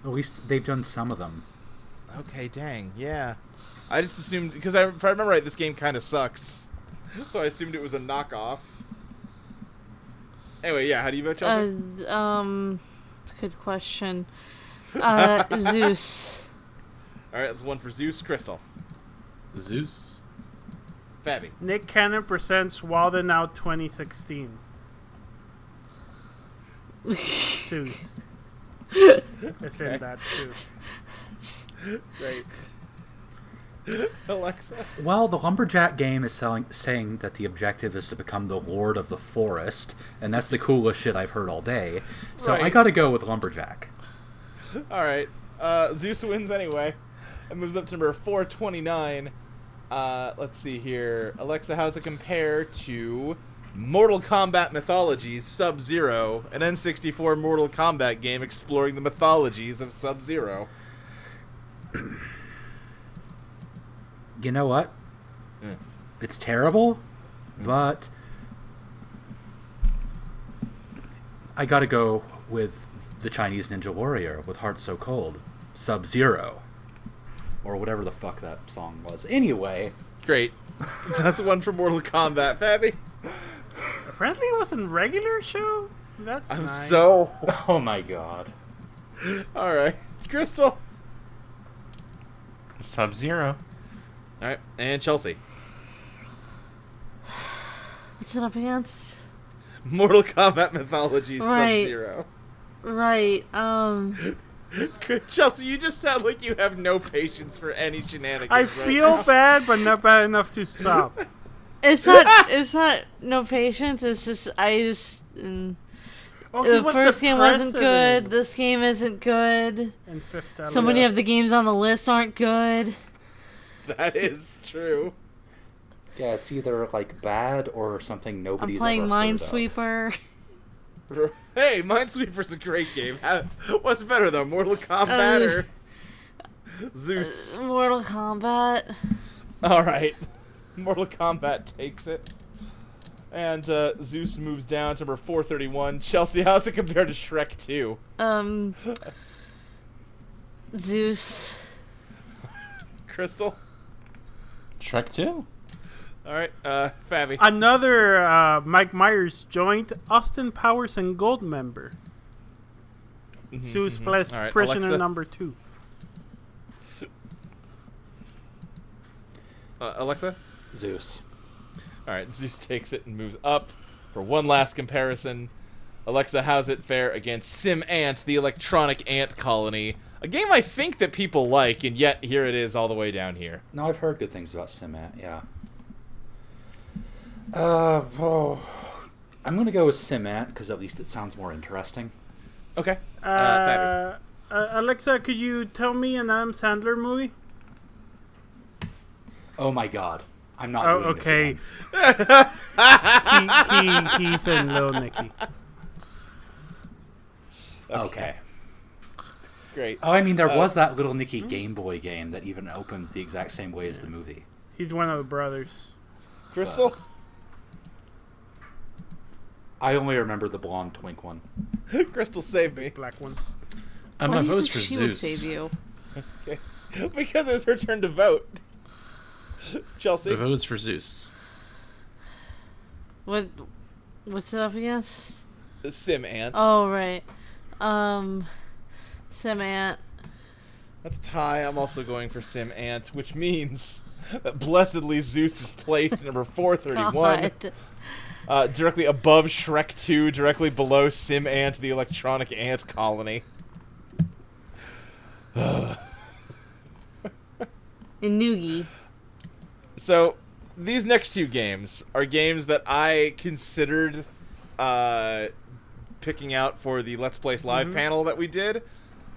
F: At least they've done some of them.
B: Okay, dang, yeah. I just assumed because I, if I remember right, this game kind of sucks, so I assumed it was a knockoff. Anyway, yeah. How do you vote, Chelsea?
C: Uh, um, it's a good question. Uh, Zeus.
B: All right, that's one for Zeus, Crystal,
D: Zeus.
B: Fabi.
E: Nick Cannon presents Wild and Out 2016. Seuss. it's in that too.
B: Great. Alexa.
F: Well, the lumberjack game is selling, saying that the objective is to become the lord of the forest, and that's the coolest shit I've heard all day. So I
B: Right.
F: gotta go with lumberjack.
B: All right. Uh, Zeus wins anyway. It moves up to number 429. Uh, let's see here. Alexa, how's it compare to Mortal Kombat Mythologies Sub Zero, an N64 Mortal Kombat game exploring the mythologies of Sub Zero?
F: You know what?
B: Mm.
F: It's terrible, but I gotta go with the Chinese Ninja Warrior with Heart So Cold, Sub Zero, or whatever the fuck that song was. Anyway,
B: Great. That's one for Mortal Kombat, Fabi.
E: Apparently, it was in regular show. That's
B: I'm
E: nice.
B: so.
F: oh my god.
B: All right. Crystal.
D: Sub Zero.
B: All right. And Chelsea.
C: What's it up against?
B: Mortal Kombat Mythologies
C: Right.
B: Sub Zero.
C: Right. Um.
B: Chelsea, you just sound like you have no patience for any shenanigans.
E: I
B: right
E: feel
B: now.
E: bad, but not bad enough to stop.
C: It's not. it's not. No patience. It's just. I just. mm,
E: Oh, he
C: the
E: was
C: first game wasn't
E: president
C: good. This game isn't good.
E: In Fifth Element.
C: So many of the games on the list aren't good.
B: That is true.
F: Yeah, it's either like bad or something
C: I'm
F: nobody's.
C: playing
F: ever heard of.
C: Minesweeper.
B: Hey, Minesweeper's a great game. Ha- What's better though, Mortal Kombat
C: Uh,
B: or Zeus?
C: Mortal Kombat.
B: All right, Mortal Kombat takes it, and uh, Zeus moves down to number 431. Chelsea, how's it compared to Shrek 2?
C: Um. Zeus.
B: Crystal.
D: Shrek 2.
B: All right, uh, Fabi.
E: Another uh, Mike Myers joint, Austin Powers and Gold member. Zeus plus
B: Mm-hmm, All right,
E: prisoner
B: Alexa.
E: number two.
B: Uh, Alexa.
D: Zeus.
B: All right, Zeus takes it and moves up for one last comparison. Alexa, how's it fare against Sim Ant, the electronic ant colony? A game I think that people like, and yet here it is all the way down here.
F: No, I've heard good things about Simat. Yeah. Uh, oh. I'm gonna go with Simat because at least it sounds more interesting.
B: Okay. Uh, Fabi.
E: Uh, uh, Alexa, could you tell me an Adam Sandler movie?
F: Oh my God, I'm not.
E: Oh,
F: doing this
E: okay.
F: again.
E: he, he, he's in Little Nicky.
F: okay.
B: Great.
F: Oh, I mean, there was that little Nicky
B: hmm?
F: Game Boy game that even opens the exact same way as the movie.
E: He's one of the brothers.
B: Crystal.
F: I only remember the blonde twink one.
B: Crystal, save me
E: Black one.
B: Uh,
D: I'm
C: Why
D: gonna
C: do you
D: vote
C: think
D: for
C: she would
D: Zeus.
C: save you?
B: because it was her turn to vote.
D: The
B: Chelsea.
D: vote is for Zeus.
C: What? What's it up against?
B: Sim Ant.
C: Oh right. Um, Sam Ant.
B: That's a tie. I'm also going for Sim Ant, which means that blessedly Zeus is placed number 431.
C: God.
B: uh, directly above Shrek 2, directly below Sim Ant, the electronic ant colony.
C: And Noogie.
B: So, these next two games are games that I considered uh, picking out for the Let's Place Live panel that we did,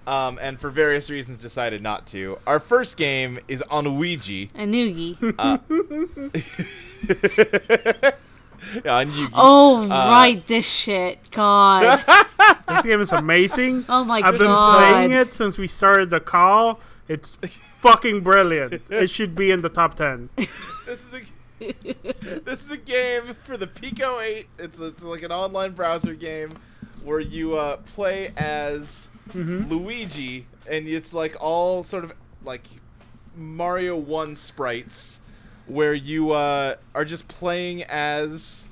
B: um, and for various reasons decided not to. Our first game is Onuigi.
C: And Noogie.
B: yeah, on Yugi.
C: oh right, this shit. God.
E: This game is amazing.
C: Oh my
E: I've been
C: god.
E: playing it since we started the call. It's fucking brilliant. It should be in the top 10.
B: This is a this is a game for the Pico Eight. It's it's like an online browser game where you uh, play as
E: Mm-hmm.
B: Luigi, and it's like all sort of like Mario One sprites, where you uh, are just playing as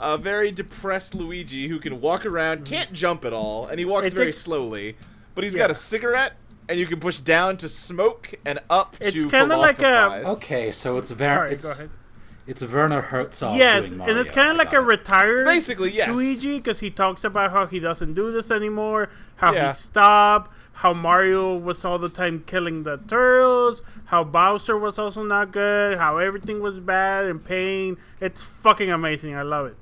B: a very depressed Luigi who can walk around,
E: Mm-hmm.
B: can't jump at all, and he walks
E: It
B: very
E: takes-
B: slowly. But he's got a cigarette. And you can push down to smoke and up
E: It's
B: to
E: kinda like a-
B: philosophize.
F: Okay, so it's Ver-
E: Sorry,
F: it's,
E: go ahead.
F: it's Werner Herzog.
E: Yes,
F: doing
E: and
F: Mario.
E: it's kind
F: I
E: of like
F: got
E: a
F: it.
E: retired
B: Basically, yes.
E: Luigi because he talks about how he doesn't do this anymore, how
B: Yeah.
E: he stopped, how Mario was all the time killing the turtles, how Bowser was also not good, how everything was bad and pain. It's fucking amazing. I love it.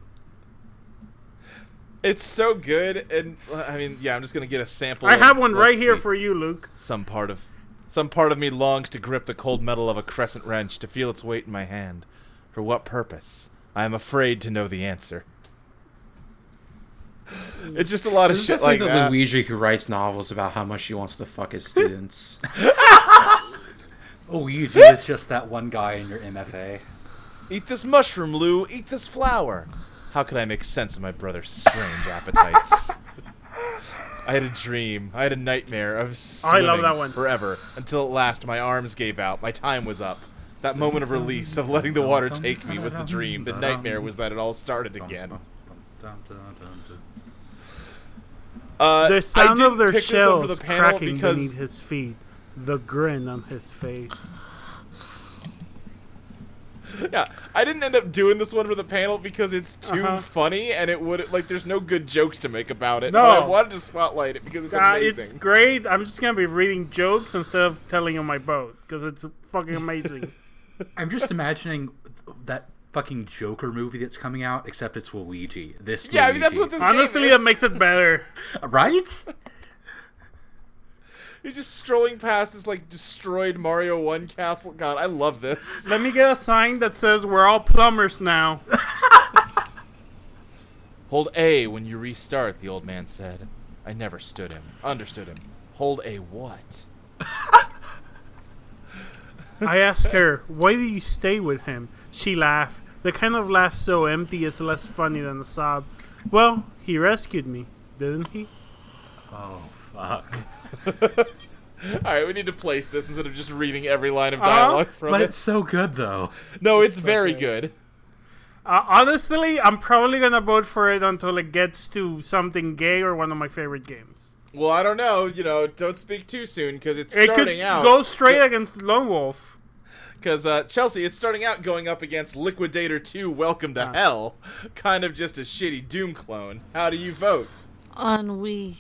B: It's so good, and uh, I mean, yeah, I'm just gonna get a sample.
E: I
B: of-
E: have one
B: let's
E: right here
B: see.
E: for you, Luke.
B: some part of, some part of me longs to grip the cold metal of a crescent wrench to feel its weight in my hand. For what purpose? I am afraid to know the answer. It's just a lot of
D: Hmm. This is
B: shit
D: definitely
B: like
D: the
B: that.
D: Luigi who writes novels about how much he wants to fuck his students.
F: Oh, Luigi is just that one guy in your MFA.
B: Eat this mushroom, Lou. Eat this flower. How could I make sense of my brother's strange appetites? I had a dream. I had a nightmare of
E: I love
B: swimming
E: that one.
B: forever until at last my arms gave out. My time was up. That moment of release of letting the water take me was the dream. The nightmare was that it all started again. Uh,
E: The
B: I
E: sound
B: did
E: of their
B: pick this one for
E: shells
B: the panel
E: cracking beneath
B: because
E: his feet, the grin on his face.
B: yeah, I didn't end up doing this one for the panel because it's too
E: Uh-huh.
B: funny and it would like there's no good jokes to make about it.
E: No.
B: but I wanted to spotlight it because it's
E: Uh,
B: amazing.
E: it's great. I'm just gonna be reading jokes instead of telling them my boat because it's fucking amazing.
F: I'm just imagining that fucking Joker movie that's coming out, except it's Luigi. This
B: Yeah, I mean that's what
F: Luigi.
B: this
E: Honestly,
B: game is.
E: it makes it better.
F: right?
B: You're just strolling past this like destroyed Mario One castle. God, I love this.
E: Let me get a sign that says we're all plumbers now.
B: Hold A when you restart. The old man said. I never stood him. Understood him. Hold A what?
E: I asked her, why do you stay with him? She laughed. The kind of laugh so empty it's less funny than a sob. Well, he rescued me, didn't he?
F: Oh fuck.
B: All right, we need to place this instead of just reading every line of
E: Uh-huh.
B: dialogue from
D: But
B: it.
D: it's so good though.
B: no, it's very good.
E: Uh, honestly, I'm probably gonna vote for it until it gets to something gay or one of my favorite games.
B: Well, I don't know. You know, don't speak too soon because it's
E: It
B: starting
E: could
B: out.
E: go straight against Lone Wolf.
B: Because uh, Chelsea, it's starting out going up against Liquidator 2 Welcome
E: Uh-huh.
B: to Hell. Kind of just a shitty Doom clone. How do you vote?
C: On we.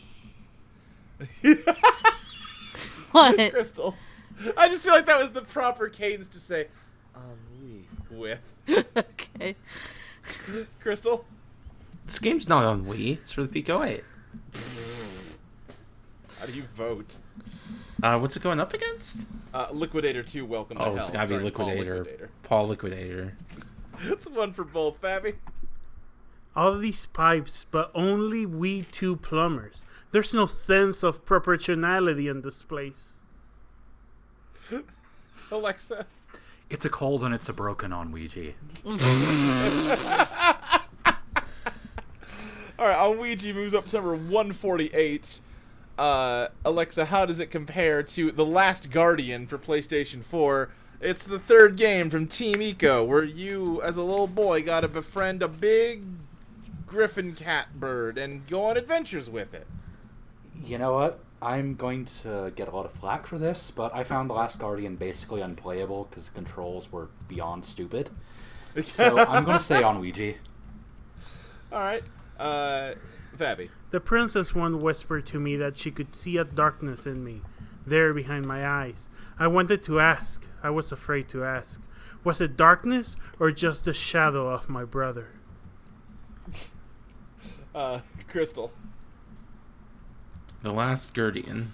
C: what?
B: Crystal. I just feel like that was the proper cadence to say, um, we. With.
C: okay.
B: Crystal?
D: This game's not on Wii. It's for the Pico 8.
B: How do you vote?
D: Uh, what's it going up against?
B: Uh, Liquidator 2 Welcome to
D: Oh,
B: Hell.
D: it's gotta be
B: starring Paul
D: Liquidator.
B: Liquidator.
D: Paul Liquidator.
B: It's one for both, Fabby.
E: All these pipes, but only we two plumbers. There's no sense of proportionality in this place.
B: Alexa.
F: It's a cold and it's a broken on Ouija.
B: All right, on Ouija moves up to number 148. Uh, Alexa, how does it compare to The Last Guardian for PlayStation 4? It's the third game from Team Eco, where you, as a little boy, got to befriend a big griffin cat bird and go on adventures with it.
F: You know what? I'm going to get a lot of flack for this, but I found The Last Guardian basically unplayable because the controls were beyond stupid. So I'm going to say on Ouija.
B: All right, uh, Fabby.
E: The princess one whispered to me that she could see a darkness in me, there behind my eyes. I wanted to ask. I was afraid to ask. Was it darkness or just the shadow of my brother?
B: Uh, Crystal.
D: The Last Guardian.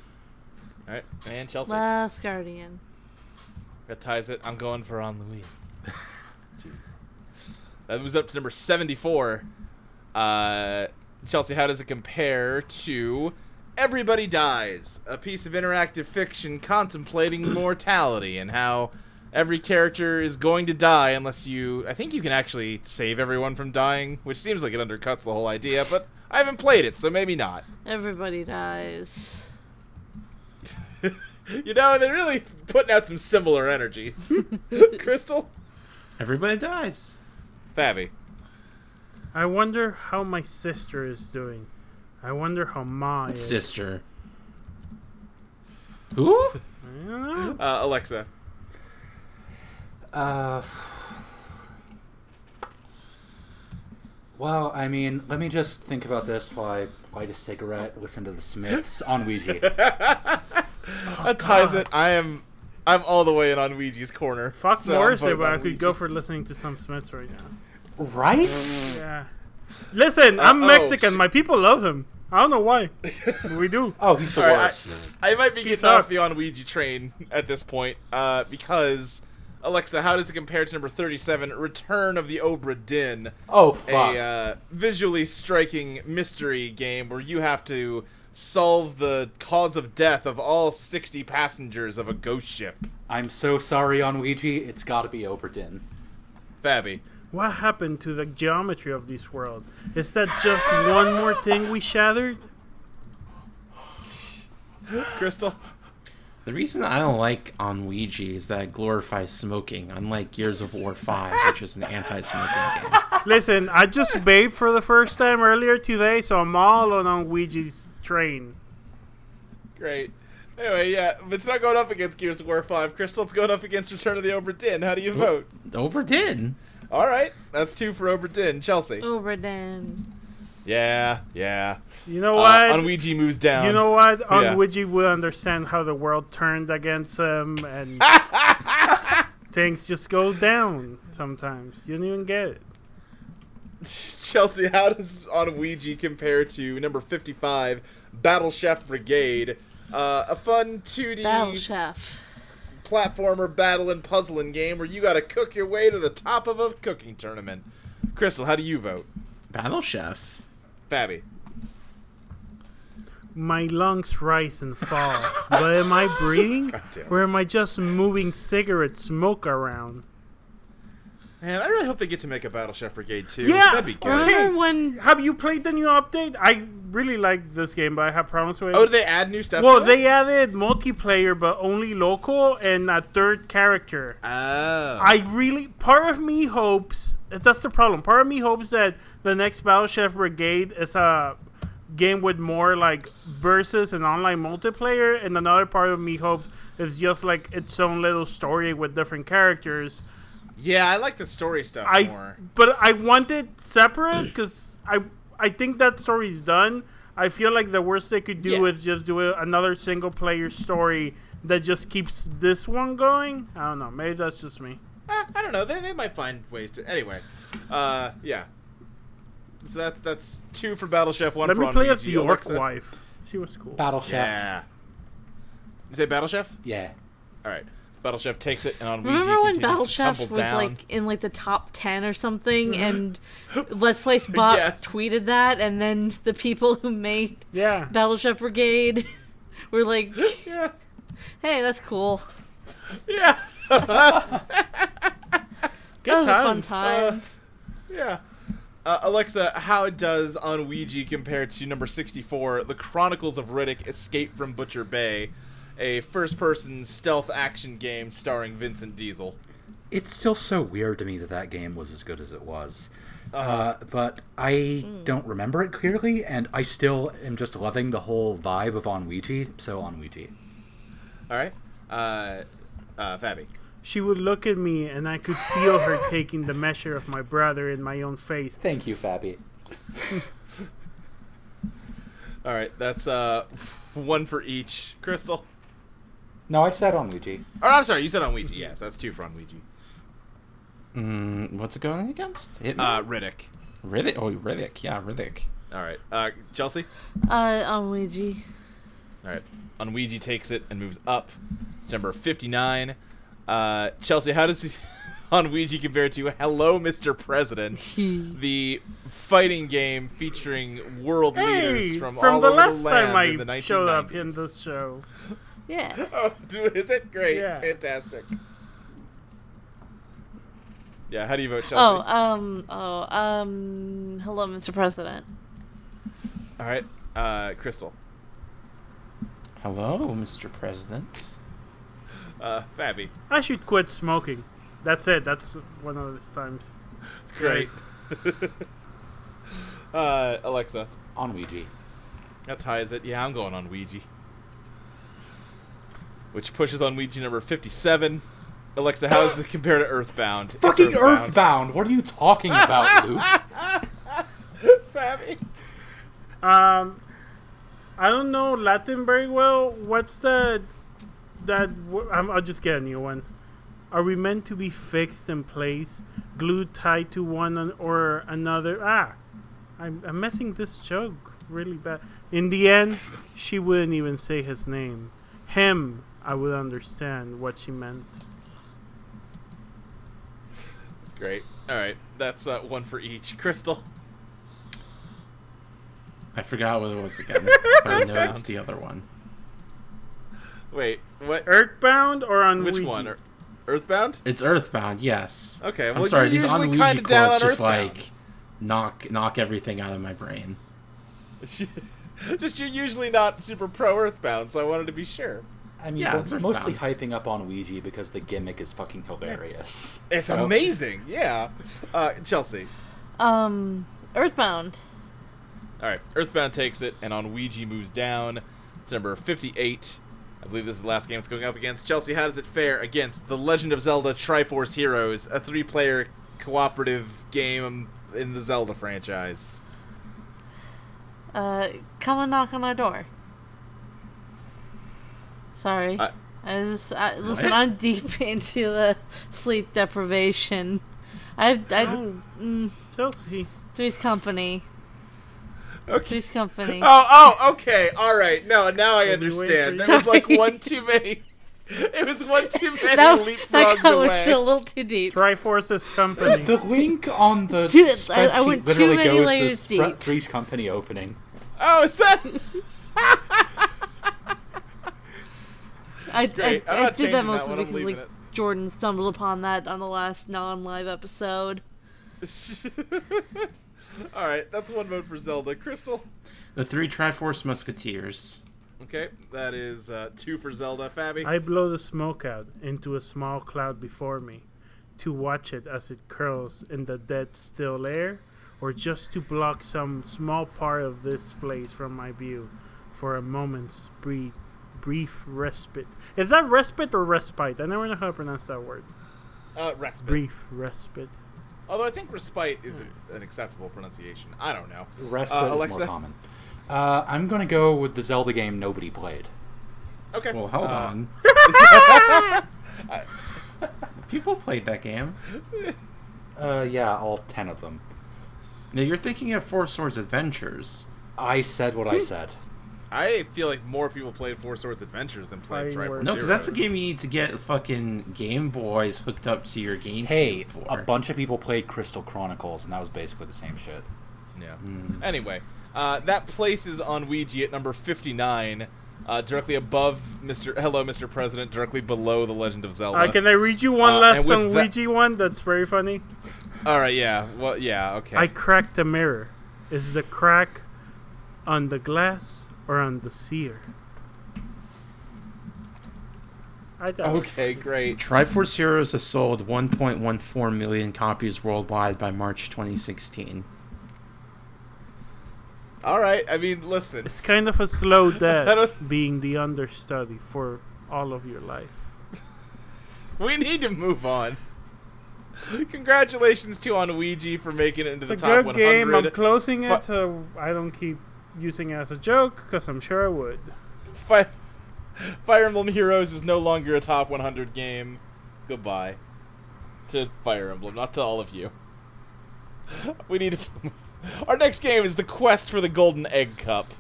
B: All right, and Chelsea.
C: Last Guardian.
B: That ties it. I'm going for on Louis. that moves up to number 74. Uh, Chelsea, how does it compare to Everybody Dies, a piece of interactive fiction contemplating mortality and how every character is going to die unless you. I think you can actually save everyone from dying, which seems like it undercuts the whole idea, but I haven't played it, so maybe not.
C: Everybody dies.
B: You know, they're really putting out some similar energies. Crystal?
D: Everybody dies.
B: Fabi.
E: I wonder how my sister is doing. I wonder how Ma is.
D: Sister. Who?
E: I don't know.
B: Uh, Alexa.
F: Uh. Well, I mean, let me just think about this while I light a cigarette, listen to the Smiths on Ouija.
E: Oh,
B: that ties it. I am, I'm all the way in on Ouija's corner.
E: Fuck
B: So I'm
E: Morrissey,
B: voting
E: but I
B: on
E: could go
B: Ouija.
E: for listening to some Smiths right now.
F: right?
E: Yeah. Listen, I'm
B: Uh, oh,
E: Mexican.
B: shit.
E: My people love him. I don't know why. we do.
F: Oh, he's the
B: All right,
F: worst.
B: I, I might be getting
E: up.
B: off the on Ouija train at this point, uh, because Alexa, how does it compare to number thirty-seven, Return of the Obra Dinn?
F: Oh, fuck.
B: a uh, visually striking mystery game where you have to solve the cause of death of all sixty passengers of a ghost ship.
F: I'm so sorry on Ouija. It's gotta be Oberton.
B: Fabi.
E: What happened to the geometry of this world? Is that just one more thing we shattered?
B: Crystal.
D: The reason I don't like on Ouija is that it glorifies smoking, unlike Gears of War 5, which is an anti smoking game.
E: Listen, I just bathed for the first time earlier today, so I'm all on, on Ouija's train.
B: Great. Anyway, yeah, but it's not going up against Gears of War 5. Crystal, it's going up against Return of the Obra Dinn. How do you vote?
D: Oprah did.
B: All right, that's two for Obra Dinn. Chelsea.
C: Oh. Oberdin.
B: Yeah, yeah.
E: You know
B: Uh,
E: what?
B: on Ouija moves down.
E: you know what? Um, On
B: Um, Yeah.
E: Ouija, we understand how the world turned against him, and things just go down sometimes. You don't even get it.
B: Chelsea, how does on Ouija compare to number 55, Battle Chef Brigade? Uh, a fun 2D
C: Battle Chef.
B: platformer battle and puzzling game where you got to cook your way to the top of a cooking tournament. Crystal, how do you vote?
D: Battle Chef.
B: Fabby.
E: My lungs rise and fall, but am I breathing,
B: God damn it.
E: or am I just moving cigarette smoke around?
B: Man, I really hope they get to make a Battle Chef Brigade too.
E: Yeah,
B: that'd be good.
E: or-
C: Remember
E: Hey.
C: when
E: Have you played the new update? I really like this game, but I have problems with it.
B: Oh, did they add new stuff?
E: well,
B: to
E: they
B: It?
E: added multiplayer, but only local and a third character.
B: Oh.
E: I really, part of me hopes that's the problem. Part of me hopes that the next Battle Chef Brigade is a game with more like versus and online multiplayer, and another part of me hopes it's just like its own little story with different characters.
B: yeah, I like the story stuff
E: I,
B: more.
E: but I want it separate because I, I think that story's done. I feel like the worst they could do
B: Yeah.
E: is just do a, another single player story that just keeps this one going. I don't know. Maybe that's just me.
B: Eh, I don't know. They, they might find ways to. Anyway, uh, yeah. So that's that's two for Battle Chef, one
E: Let
B: for
E: me
B: on
E: play
B: VG.
E: as the orc
B: Alexa.
E: wife. She was cool.
D: Battle Chef.
B: Yeah. You say Battle Chef?
D: Yeah.
B: All right. Battle Chef takes it and on
C: Remember
B: Ouija
C: when
B: continues
C: Battle
B: to
C: Chef
B: tumble
C: was
B: down.
C: like in like the top ten or something, and Let's Play
B: Mm-hmm.
C: Bot
B: Yes.
C: tweeted that, and then the people who made
E: Yeah.
C: Battle Chef Brigade were like,
B: Yeah.
C: "Hey, that's cool.
B: Yeah.
C: that was a fun
E: times.
C: time."
B: Uh, yeah. Uh, Alexa, how does on Ouija compare to number 64, The Chronicles of Riddick Escape from Butcher Bay, a first person stealth action game starring Vincent Diesel?
F: It's still so weird to me that that game was as good as it was. Uh, but I
C: Hmm.
F: don't remember it clearly, and I still am just loving the whole vibe of Onwiji, so Onwiji.
B: All right. Uh, uh, Fabi.
E: She would look at me, and I could feel her taking the measure of my brother in my own face.
D: Thank you, Fabi.
B: All right. That's uh, one for each. Crystal.
D: No, I said on Ouija.
B: Or I'm sorry, you said on Ouija. Yes, that's two for on Ouija.
D: Mm, what's it going against? Hit me.
B: Uh, Riddick.
D: Riddick. Oh, Riddick. Yeah, Riddick.
B: All right. Uh, Chelsea.
C: Uh, on Ouija.
B: All right. Onwiji takes it and moves up. to Number 59. Uh, Chelsea, how does he, Onwiji compare to Hello, Mr. President, the fighting game featuring world leaders
E: Hey,
B: from,
E: from,
B: all
E: the
B: over
E: last
B: the
E: time
B: land in the
E: I showed up in
B: 1990s.
E: this show.
C: Yeah.
B: Oh, dude, is it great?
E: Yeah.
B: Fantastic. Yeah, how do you vote, Chelsea?
C: Oh, um, oh, um, hello, Mr. President.
B: All right. Uh, Crystal.
D: Hello, Mr. President.
B: Uh, Fabi.
E: I should quit smoking. That's it. That's one of those times. It's
B: Great. uh, Alexa.
D: On Ouija.
B: That ties it. Yeah, I'm going on Ouija. Which pushes on Ouija number 57. Alexa, how does it compare to Earthbound? It's
D: Fucking Earthbound. What are you talking about, Luke?
B: Fabi.
E: Um, I don't know Latin very well. What's the that? wo- I'm, I'll just get a new one. Are we meant to be fixed in place, glued tied to one an- or another? Ah, I'm, I'm messing this joke really bad. In the end, she wouldn't even say his name. Him, I would understand what she meant.
B: Great. All right, that's uh, one for each. Crystal.
D: I forgot what it was again. but I know it's the other one.
B: Wait, what?
E: Earthbound or on
B: Which one? Er Ear- Earthbound?
D: It's Earthbound. Yes.
B: Okay, well,
D: I'm sorry.
B: you're
D: These
B: usually
D: on Ouija
B: kinda down
D: quotes
B: on
D: just
B: Earthbound.
D: like knock knock everything out of my brain.
B: Just you're usually not super pro Earthbound, so I wanted to be sure.
F: I mean,
D: Yeah,
F: we're
D: it's Earthbound.
F: mostly hyping up Onwiji because the gimmick is fucking hilarious.
B: It's
F: So-
B: amazing, yeah. Uh, Chelsea.
C: Um, Earthbound.
B: All right, Earthbound takes it, and on Ouija moves down to number 58. I believe this is the last game it's going up against. Chelsea, how does it fare against The Legend of Zelda Triforce Heroes, a three player cooperative game in the Zelda franchise?
C: Uh, come and knock on our door. Sorry.
B: I-
C: I just, I, listen,
D: What?
C: I'm deep into the sleep deprivation. I've, I,
E: Oh.
C: mm,
E: Chelsea.
C: Three's Company.
B: Okay.
C: Three's Company.
B: Oh, oh, okay. All right. No, now I
E: Maybe wait
B: understand.
E: for
B: There was like
C: Sorry.
B: one too many. It was one too many
C: that, that
B: leapfrogs
C: cut
B: away.
C: was a little too deep.
E: Triforce's company.
F: The link on the
C: Dude, I-
F: spreadsheet
C: I went too
F: literally
C: many
F: goes
C: layers
F: to Spre-
C: deep.
F: Three's Company opening.
B: Oh, is that?
C: I, I,
B: Great. I'm
C: I
B: not
C: did
B: changing
C: that
B: that
C: mostly
B: one. I'm
C: because
B: leaving
C: like
B: it.
C: Jordan stumbled upon that on the last non-live episode.
B: All right, that's one vote for Zelda. Crystal.
D: The three Triforce Musketeers.
B: Okay, that is uh, two for Zelda. Fabi.
E: I blow the smoke out into a small cloud before me to watch it as it curls in the dead still air or just to block some small part of this place from my view for a moment's brief, brief respite. Is that respite or respite? I never know how to pronounce that word.
B: Uh, respite.
E: Brief respite.
B: Although I think respite is a, an acceptable pronunciation. I don't know.
F: Respite
B: Uh,
F: is
B: Alexa?
F: more common. Uh, I'm gonna go with the Zelda game nobody played.
B: Okay.
D: Well, hold
B: Uh,
D: on. People played that game.
F: Uh, yeah, all ten of them.
D: Now you're thinking of Four Swords Adventures.
F: I said
E: Hmm.
F: what I said.
B: I feel like more people played Four Swords Adventures than played
E: Fighting
B: Triforce.
E: Wars.
D: No, because that's a
B: Heroes.
D: game you need to get fucking Game Boys hooked up to your game.
F: Hey,
D: for.
F: a bunch of people played Crystal Chronicles, and that was basically the same shit.
B: Yeah.
F: Hmm.
B: Anyway, uh, that places on Ouija at number 59, uh, directly above Mr. Hello, Mr. President, directly below The Legend of Zelda.
E: Uh, can I read you one
B: Uh,
E: last
B: and with
E: on
B: that-
E: Ouija one? That's very funny.
B: All right, yeah. Well, yeah, okay.
E: I cracked the mirror. Is the crack on the glass or on the seer? I thought
B: Okay, great.
D: Triforce Heroes has sold 1.14 million copies worldwide by March 2016.
B: All right. I mean, listen.
E: it's kind of a slow
B: I
E: death
B: don't-
E: being the understudy for all of your life.
B: We need to move on. Congratulations to on Ouija for making it into
E: It's
B: the top
E: a good
B: 100.
E: game. I'm closing
B: Fu-
E: it so I don't keep using it as a joke because I'm sure I would.
B: Fi- Fire Emblem Heroes is no longer a top 100 game. Goodbye to Fire Emblem, not to all of you. We need to- our next game is the Quest for the Golden Egg Cup,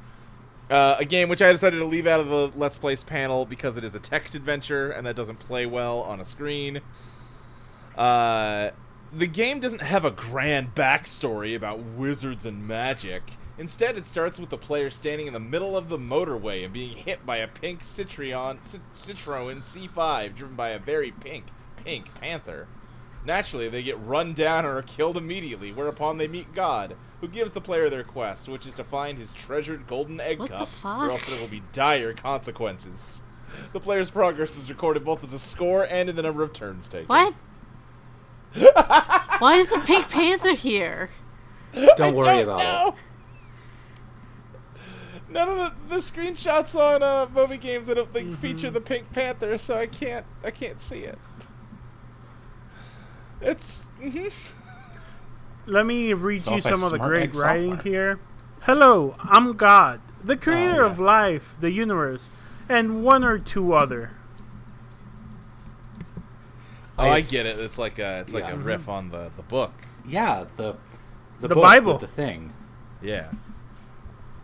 B: uh, a game which I decided to leave out of the Let's Plays panel because it is a text adventure and that doesn't play well on a screen. Uh, the game doesn't have a grand backstory about wizards and magic. Instead, it starts with the player standing in the middle of the motorway and being hit by a pink Citroen, Cit- Citroen C5 driven by a very pink, pink panther. Naturally, they get run down or are killed immediately, whereupon they meet God, who gives the player their quest, which is to find his treasured golden egg
C: What the
B: cup,
C: fuck?
B: or else there will be dire consequences. The player's progress is recorded both as a score and in the number of turns taken.
C: What? Why is the Pink Panther here?
F: Don't worry about it.
B: it. None of the, the screenshots on uh, movie games I don't think feature the Pink Panther, so I can't I can't see it. It's mhm.
E: Let me read you
D: Sounds like
E: some of the
D: smart
E: great
D: egg
E: writing
D: software.
E: here. Hello, I'm God, the creator
F: yeah.
E: of life, the universe, and one or two other.
B: oh, I
F: s-
B: get it. It's like a it's like
F: Yeah.
B: a riff on the the book.
F: Yeah, the the,
E: The
F: book
E: Bible.
F: with the thing.
B: Yeah.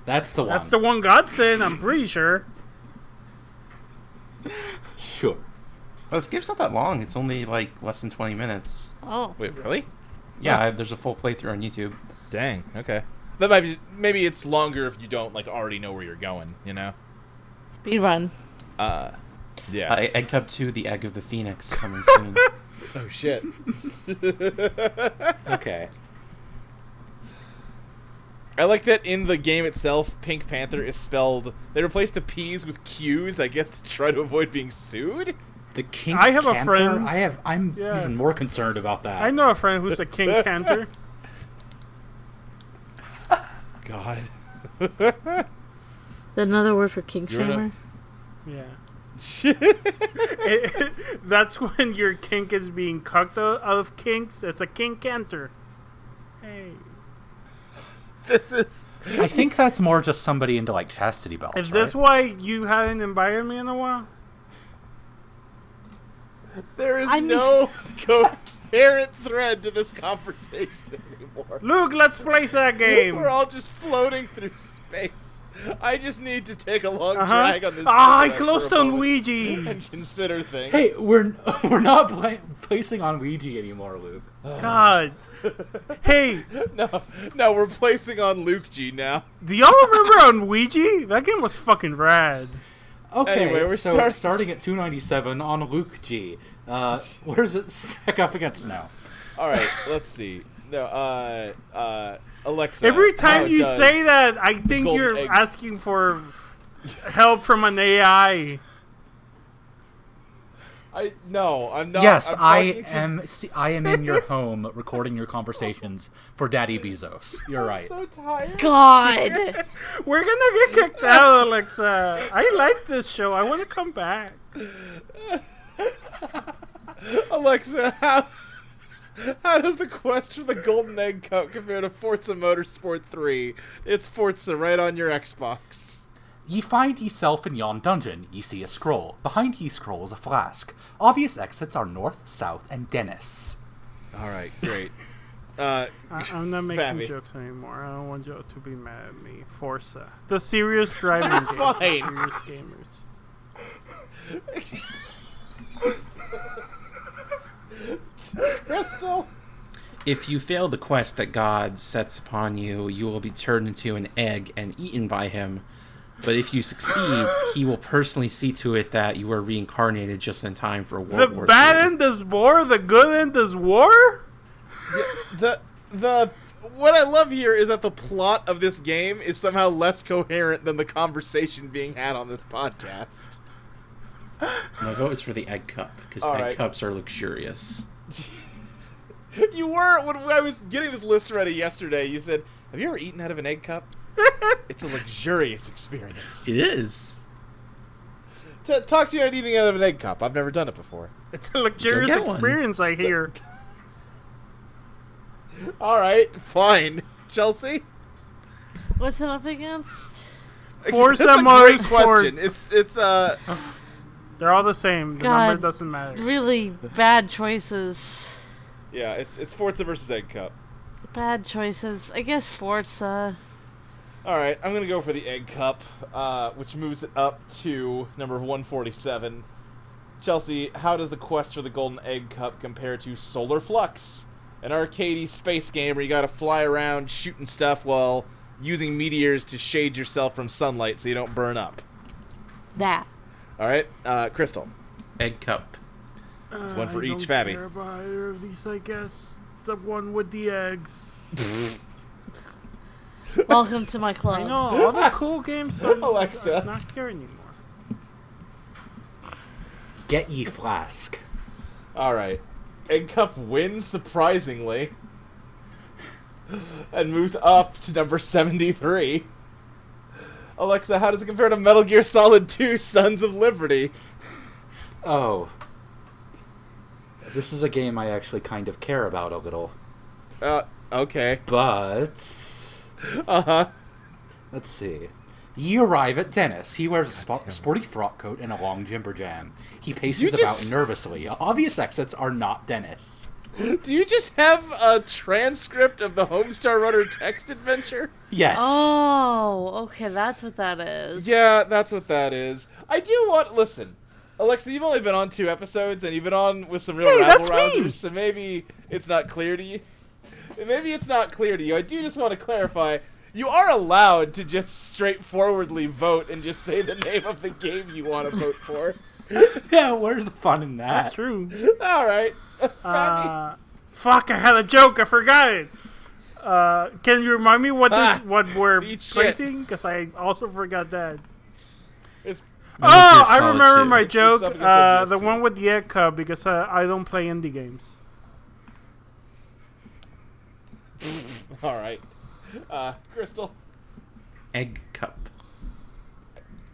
F: That's the one.
E: That's the one God sent, I'm pretty sure.
F: sure.
D: Oh, this game's not that long. It's only like less than 20 minutes.
C: Oh,
B: Wait, really?
D: Yeah, I, there's a full playthrough on YouTube.
B: Dang. Okay. That might be maybe it's longer if you don't like already know where you're going. You know.
C: speedrun.
B: Uh. Yeah.
D: Uh, Egg Cup 2, The Egg of the Phoenix, coming soon.
B: oh shit.
F: Okay.
B: I like that in the game itself, Pink Panther is spelled. They replaced the P's with Q's, I guess, to try to avoid being sued.
F: The king.
E: I have a friend-
F: I have. I'm
E: Yeah.
F: even more concerned about that.
E: I know a friend who's a King Cantor.
B: God.
C: Is that another word for King
B: You're
C: Shamer?
B: not-
E: Yeah.
B: Shit.
E: It- that's when your kink is being cucked out of kinks. It's a King Cantor. Hey.
B: this is.
F: I think that's more just somebody into like chastity belts.
E: Is this
F: right?
E: why you haven't invited me in a while?
B: There is
C: I mean-
B: no coherent thread to this conversation anymore.
E: Luke, let's play that game.
B: We're all just floating through space. I just need to take a long
E: Uh-huh.
B: drag on this.
E: Ah, I
B: cigarette for a
E: closed on
B: moment
E: Ouija.
B: And consider things.
F: Hey, we're we're not play, placing on Ouija anymore, Luke.
E: God. Hey,
B: No, no, we're placing on Luke G now.
E: do y'all remember on Ouija? That game was fucking rad.
F: Okay,
B: Anyway, we're
F: so
B: start-
F: starting at 297 on Luke G. Uh, where does it stack up against now?
B: All right, let's see. No, uh, uh, Alexa.
E: Every time
B: how
E: you
B: does-
E: say that, I think
B: golden
E: you're
B: egg-
E: asking for help from an AI.
B: I no, I'm not.
F: yes,
B: Uh, I'm
F: I
B: talking to-
F: am. see, I am in your home recording your conversations for Daddy Bezos. You're
B: I'm
F: right.
B: so tired.
C: God.
E: We're gonna get kicked out, Alexa. I like this show. I want to come back.
B: Alexa, how how does the quest for the golden egg cup compare to Forza Motorsport 3? It's Forza right on your Xbox.
F: Ye find yeself in yon dungeon. Ye see a scroll. Behind ye scroll is a flask. Obvious exits are north, south, and Dennis.
B: All right, great. Uh,
E: I- I'm not making
B: Fabi.
E: jokes anymore. I don't want you to be mad at me. Forza, the serious driving game. for
B: Fine.
E: Serious gamers.
B: Crystal.
D: If you fail the quest that God sets upon you, you will be turned into an egg and eaten by him. But if you succeed, he will personally see to it that you are reincarnated just in time for World
E: The
D: War
E: bad
D: III.
E: end does war. The good end does war.
B: The the what I love here is that the plot of this game is somehow less coherent than the conversation being had on this podcast.
D: My vote is for the egg cup because
B: All
D: egg
B: right.
D: cups are luxurious.
B: You were when I was getting this list ready yesterday. You said, "Have you ever eaten out of an egg cup?" it's a luxurious experience.
D: It is.
B: T- talk to you about eating out of an egg cup. I've never done it before.
E: It's a luxurious
D: get one.
E: experience, I hear.
B: All right, fine. Chelsea.
C: What's it up against?
E: Forza
B: That's a great
E: Motorsport.
B: question. It's it's uh
E: They're all the same. The
C: God.
E: number doesn't matter.
C: Really bad choices.
B: yeah, it's it's Forza versus egg cup.
C: Bad choices. I guess Forza.
B: All right, I'm gonna go for the egg cup, uh, which moves it up to number 147. Chelsea, how does the quest for the golden egg cup compare to Solar Flux, an arcadey space game where you gotta fly around shooting stuff while using meteors to shade yourself from sunlight so you don't burn up?
C: That.
B: All right, uh, Crystal.
D: Egg cup.
E: It's
B: one for
E: Uh, I
B: each,
E: don't
B: Fabi.
E: Care about either of these, I guess. The one with the eggs.
C: Welcome to my club.
E: I know all the cool games. Are,
B: Alexa.
E: are not here anymore.
F: Get ye flask.
B: All right, egg cup wins surprisingly, and moves up to number 73. Alexa, how does it compare to Metal Gear Solid 2: Sons of Liberty?
F: Oh. This is a game I actually kind of care about a little,
B: Uh, okay.
F: but.
B: Uh huh.
F: Uh-huh. Let's see. You arrive at Dennis. He wears a spo- sporty frock coat and a long jimber jam. He paces
B: You just-
F: about nervously. Obvious exits are not Dennis.
B: Do you just have a transcript of the Homestar Runner text adventure?
F: Yes.
C: Oh, okay, that's what that is.
B: Yeah, that's what that is. I do want. Listen, Alexa, you've only been on two episodes, and you've been on with some real
E: Hey,
B: rabble
E: that's me!
B: rousers, so maybe it's not clear to you. And Maybe it's not clear to you. I do just want to clarify. You are allowed to just straightforwardly vote and just say the name of the game you want to vote for.
F: Yeah, where's the fun in that?
E: That's true.
B: All right.
E: Uh, fuck! I had a joke. I forgot it. Uh, can you remind me what
B: Ah,
E: this, what we're
B: eat shit.
E: placing? Because I also forgot that.
B: It's,
D: Metal
E: oh,
D: Gear
E: I
D: Solid
E: remember
D: 2.
E: my joke.
B: up against
E: Uh, the
B: MGS2.
E: one with the egg cup because uh, I don't play indie games.
B: all right. Uh, Crystal.
D: Egg cup.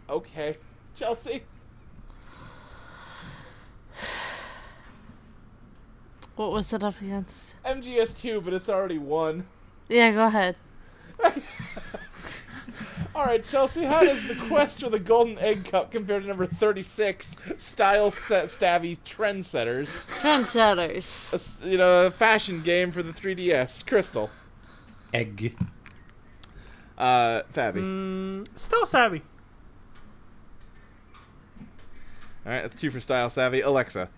B: Okay. Chelsea.
C: What was it up against?
B: MGS2, but it's already won.
C: Yeah, go ahead.
B: All right, Chelsea, how does the quest for the Golden Egg Cup compare to number 36, style set stabby trendsetters? A
C: Trendsetters.
B: s- you know, a fashion game for the 3DS. Crystal.
D: Egg.
B: Uh, Fabi.
E: Mm, still savvy.
B: All right, that's two for style savvy. Alexa.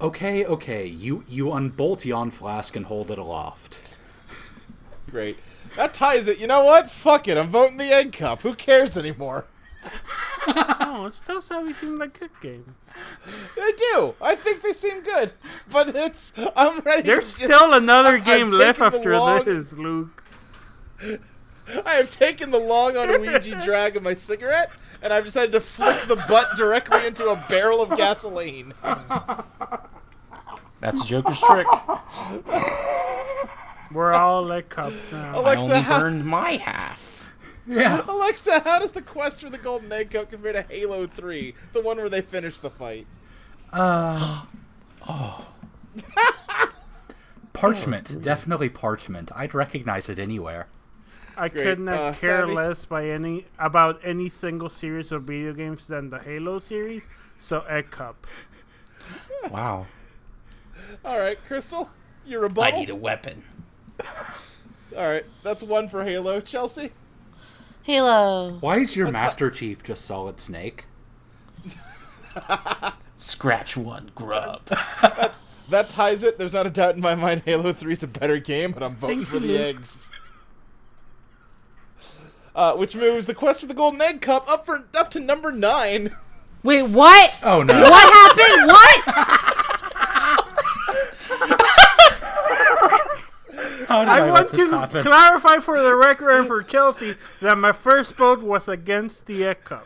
F: Okay, okay. You you unbolt yon flask and hold it aloft.
B: Great. That ties it. You know what? Fuck it. I'm voting the Egg Cup. Who cares anymore?
E: No, it still always seemed like good game.
B: I do. I think they seem good, but it's I'm ready.
E: There's
B: to just-
E: still another
B: I'm- I'm
E: game left
B: taking the
E: after
B: long-
E: this, Luke.
B: I have taken the long on Ouija drag of my cigarette, and I've decided to flip the butt directly into a barrel of gasoline.
D: That's Joker's trick.
E: We're all like cops now.
D: I
B: Alexa,
D: only
B: how,
D: burned my half.
F: Yeah.
B: Alexa, how does the quest for the golden egg cup compare to Halo Three, the one where they finish the fight?
F: Parchment. Definitely parchment. I'd recognize it anywhere.
E: I
B: Great.
E: could not
B: Uh,
E: care
B: Fabi?
E: less by any about any single series of video games than the Halo series. So Egg Cup.
D: Wow.
B: All right, Crystal, your
D: I
B: rebuttal.
D: need a weapon.
B: All right, that's one for Halo. Chelsea,
C: Halo.
F: Why is your Master Chief just Solid Snake?
D: Scratch one, grub.
B: that ties it. There's not a doubt in my mind. Halo Three is a better game, but I'm voting for the eggs. Uh, which moves the quest for the golden egg cup up for up to number nine.
C: Wait, what?
F: Oh no.
C: What happened? What?
F: How did
E: I,
F: let
E: want
F: this
E: to
F: happen?
E: clarify for the record and for Chelsea that my first vote was against the Egg Cup.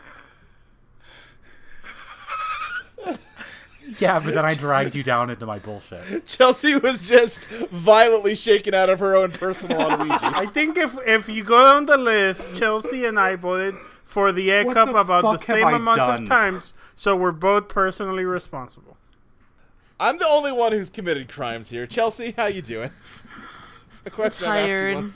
F: Yeah, but then I dragged you down into my bullshit.
B: Chelsea was just violently shaken out of her own personal Ouija.
E: I think if if you go down the list, Chelsea and I voted for the Egg
F: What
E: Cup
F: the
E: about the
F: fuck have
E: same
F: I
E: amount
F: done?
E: of times, so we're both personally responsible.
B: I'm the only one who's committed crimes here. Chelsea, how you doing? The question I asked you
C: Tired.
B: once.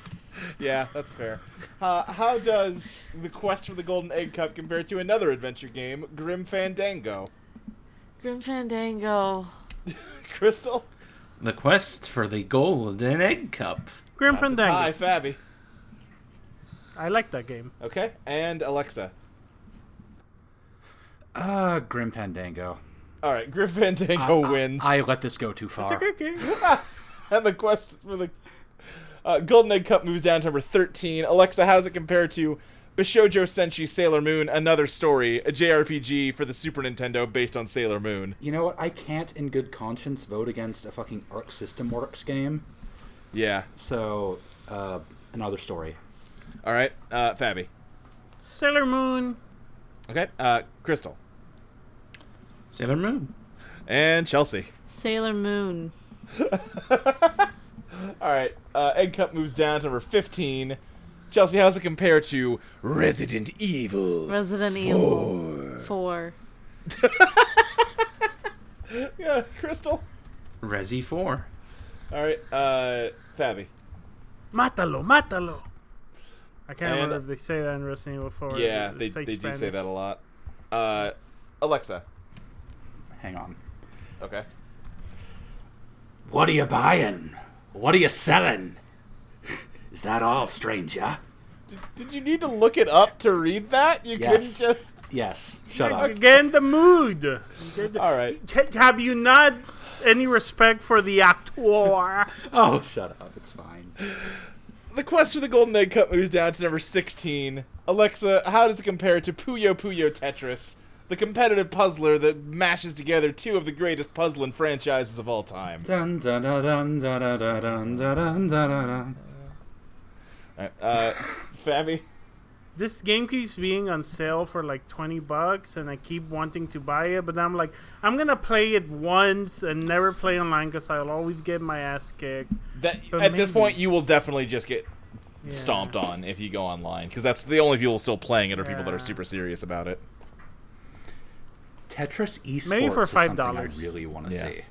B: Yeah, that's fair. Uh, how does the quest for the golden egg cup compare to another adventure game, Grim Fandango?
C: Grim Fandango.
B: Crystal,
D: the quest for the golden egg cup.
E: Grim
B: hi,
E: Fandango.
B: Fabby.
E: I like that game.
B: Okay, and Alexa.
F: Uh, Grim Fandango.
B: All right, Grim Fandango
F: I-
B: Oh, wins,
F: I let this go too
E: It's a
F: far.
E: good game.
B: and the quest for the uh, golden egg cup moves down to number thirteen. Alexa, how's it compare to? Bishojo Senshi Sailor Moon, another story, a JRPG for the Super Nintendo based on Sailor Moon.
F: You know what? I can't, in good conscience, vote against a fucking Arc System Works game.
B: Yeah.
F: So, uh, another story.
B: All right, uh, Fabby.
E: Sailor Moon.
B: Okay, uh, Crystal
D: Sailor Moon.
B: and Chelsea.
C: Sailor Moon.
B: All right, uh, Egg Cup moves down to number fifteen. Chelsea, how's it compare to Resident Evil?
C: Resident Evil. Four.
B: Yeah, Crystal.
D: Resi 4.
B: All right, uh, Fabby.
E: Matalo, matalo. I can't
B: And-
E: remember if they say that in Resident Evil 4.
B: Yeah,
E: It's
B: they,
E: like
B: they do say
E: Spanish.
B: that a lot. Uh, Alexa.
F: Hang on.
B: Okay.
F: What are you buying? What are you selling? Is that all, stranger?
B: Did you need to look it up to read that? You
F: Yes.
B: couldn't just.
F: Yes. Shut up.
E: Get in the mood. Get the-
B: All right.
E: H- Have you not any respect for the actor?
F: Oh, shut up. It's fine.
B: The quest for the Golden Egg Cup moves down to number 16. Alexa, how does it compare to Puyo Puyo Tetris, the competitive puzzler that mashes together two of the greatest puzzling franchises of all time?
F: Dun, dun, dun, dun, dun, dun, dun, dun, dun, dun, dun.
B: Uh, Fabi?
E: this game keeps being on sale for like 20 bucks and I keep wanting to buy it, but I'm like, I'm going to play it once and never play online because I'll always get my ass kicked.
B: That, at
E: But
B: this
E: maybe-
B: point, you will definitely just get
E: Yeah.
B: stomped on if you go online, because that's the only people still playing it are people that are
E: Yeah.
B: super serious about it.
F: Tetris esports
E: Maybe for
F: is something I
E: $5.
F: really want to
B: Yeah.
F: see.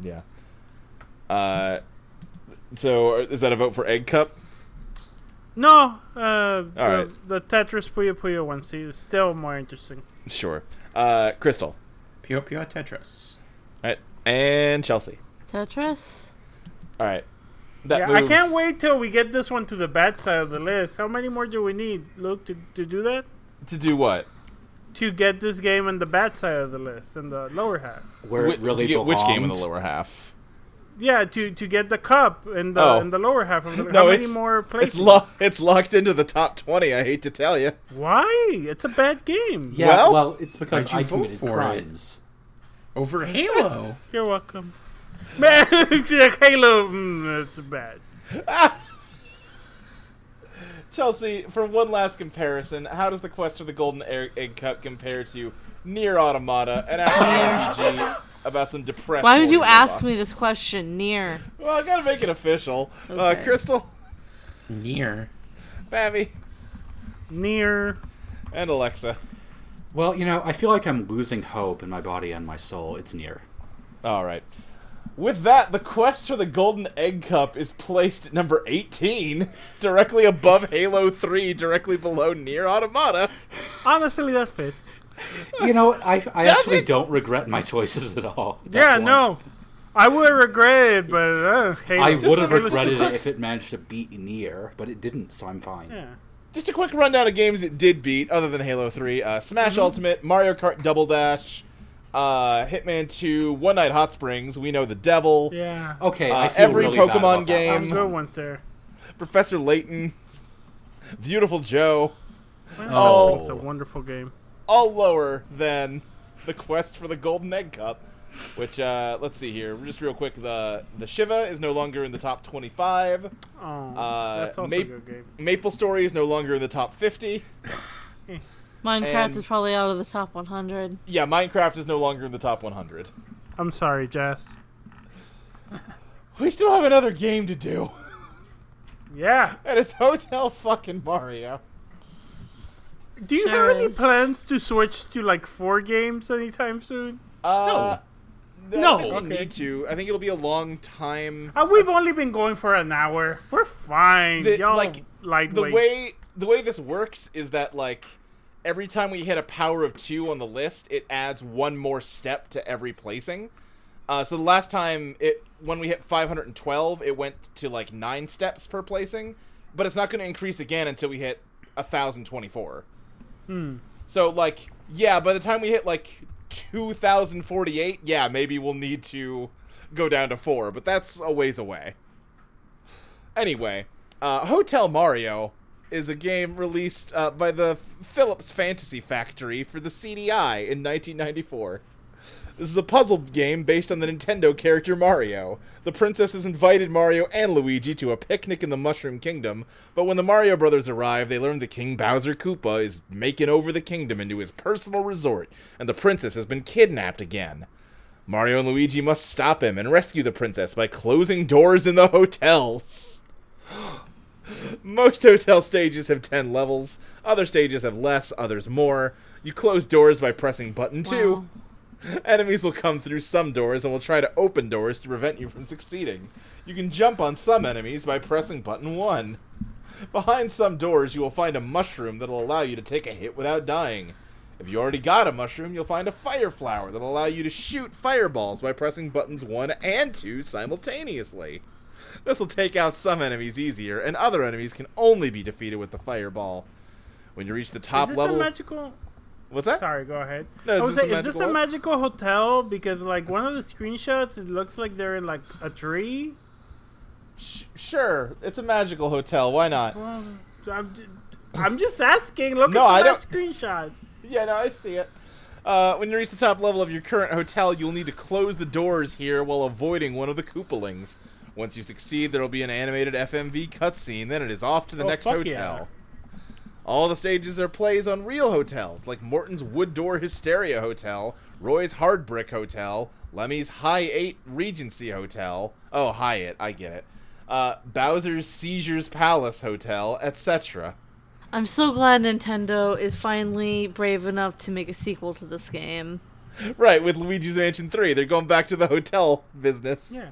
B: Yeah. Uh, so uh, is that a vote for Egg Cup?
E: No, uh, the,
B: right.
E: the Tetris Puyo Puyo one see, is still more interesting.
B: Sure. Uh, Crystal.
D: Pure Pure Tetris.
B: All right. And Chelsea.
C: Tetris?
B: All right. That
E: Yeah, I can't wait till we get this one to the bad side of the list. How many more do we need, Luke, to, to do that?
B: to do what?
E: To get this game on the bad side of the list, in the lower half.
F: Where
B: Wh-
F: it really
B: to get which game in the
F: belonged.
B: lower half?
E: yeah, to to get the cup in the
B: Oh.
E: in the lower half of the.
B: No,
E: how many
B: it's-
E: more
B: It's
E: places?
B: lo- it's locked into the top twenty. I hate to tell you.
E: Why? It's a bad game.
G: Yeah,
B: Well,
G: well, it's because
D: why'd you
G: I
D: vote
G: committed
D: for it?
G: crimes.
D: Over Halo.
E: You're welcome. Man, Halo, mm, it's bad.
B: Chelsea, for one last comparison, how does the quest for the Golden Egg, Egg Cup compare to Near Automata and an RPG about some depressed?
C: Why would you
B: older
C: ask me
B: robots?
C: this question, Near?
B: Well, I gotta make it official. Uh,
C: Okay.
B: Crystal,
D: Near.
B: Babby,
E: Near.
B: and Alexa.
G: Well, you know, I feel like I'm losing hope in my body and my soul. It's near.
B: All right. With that, the quest for the Golden Egg Cup is placed at number 18, directly above Halo 3, directly below Near Automata.
E: Honestly, that fits.
G: You know, what? I, I actually
B: it?
G: don't regret my choices at all. That
E: yeah,
G: one.
E: no. I would regret it, but uh, Halo.
G: I would have
E: Just-
G: regretted it if it managed to beat near, but it didn't, so I'm fine.
E: Yeah.
B: Just a quick rundown of games it did beat, other than Halo 3 uh, Smash Ultimate, Mario Kart Double Dash, uh, Hitman 2, One Night Hot Springs, We Know the Devil,
E: Yeah.
G: Okay, I
B: Uh,
G: feel
B: every
G: really bad
B: Pokemon
G: about that
B: game-
G: last
E: Some
B: um,
E: good ones there.
B: Professor Layton, Beautiful Joe,
G: Oh.
E: It's a wonderful game.
B: all lower than the quest for the Golden Egg Cup. Which uh, let's see here, just real quick. The the Shiva is no longer in the top twenty-five.
E: Oh,
B: Uh,
E: that's also
B: Map-
E: a good game.
B: Maple Story is no longer in the top 50.
C: Minecraft
B: And-
C: is probably out of the top 100.
B: Yeah, Minecraft is no longer in the top 100.
E: I'm sorry, Jess.
B: We still have another game to do,
E: Yeah.
B: and it's Hotel fucking Mario.
E: Do you
C: Sure
E: have any
C: is.
E: plans to switch to like four games anytime soon?
B: Uh,
D: No.
B: I think we
E: Okay.
B: need to. I think it'll be a long time.
E: Uh, we've only been going for an hour. We're fine.
B: The-
E: Y'all
B: like,
E: like
B: The
E: lightweight.
B: way the way this works is that like every time we hit a power of two on the list, it adds one more step to every placing. Uh, so the last time it when we hit 512, it went to like nine steps per placing, but it's not going to increase again until we hit 1024. So like yeah, by the time we hit like 2048, yeah, maybe we'll need to go down to 4, but that's a ways away. Anyway, uh, Hotel Mario is a game released uh, by the Philips Fantasy Factory for the CDI in 1994. This is a puzzle game based on the Nintendo character Mario. The princess has invited Mario and Luigi to a picnic in the Mushroom Kingdom, but when the Mario brothers arrive, they learn that King Bowser Koopa is making over the kingdom into his personal resort, and the princess has been kidnapped again. Mario and Luigi must stop him and rescue the princess by closing doors in the hotels. Most hotel stages have 10 levels, other stages have less, others more. You close doors by pressing button 2.
C: Wow.
B: Enemies will come through some doors and will try to open doors to prevent you from succeeding. You can jump on some enemies by pressing button 1. Behind some doors, you will find a mushroom that'll allow you to take a hit without dying. If you already got a mushroom, you'll find a fire flower that'll allow you to shoot fireballs by pressing buttons 1 and 2 simultaneously. This will take out some enemies easier, and other enemies can only be defeated with the fireball. When you reach the
E: is
B: top
E: this
B: level.
E: a magical?
B: What's that?
E: Sorry, go ahead.
B: No, is
E: I was
B: this a
E: like, is this
B: magical-
E: a magical hotel? Because like one of the screenshots, it looks like they're in like a tree.
B: Sh- sure, it's a magical hotel. Why not?
E: Well, I'm just, I'm just asking. Look
B: No, I
E: at the
B: don't-
E: last screenshot.
B: Yeah, no, I see it. Uh, when you reach the top level of your current hotel, you'll need to close the doors here while avoiding one of the Koopalings. Once you succeed, there will be an animated FMV cutscene. Then it is off to the
E: Oh,
B: next
E: fuck
B: hotel. All the stages are plays on real hotels, like Morton's Wood Door Hysteria Hotel, Roy's Hard Brick Hotel, Lemmy's High Eight Regency Hotel. Oh, Hyatt, I get it. Uh, Bowser's Seizures Palace Hotel, etc.
C: I'm so glad Nintendo is finally brave enough to make a sequel to this game.
B: Right, with Luigi's Mansion 3. They're going back to the hotel business.
E: Yeah.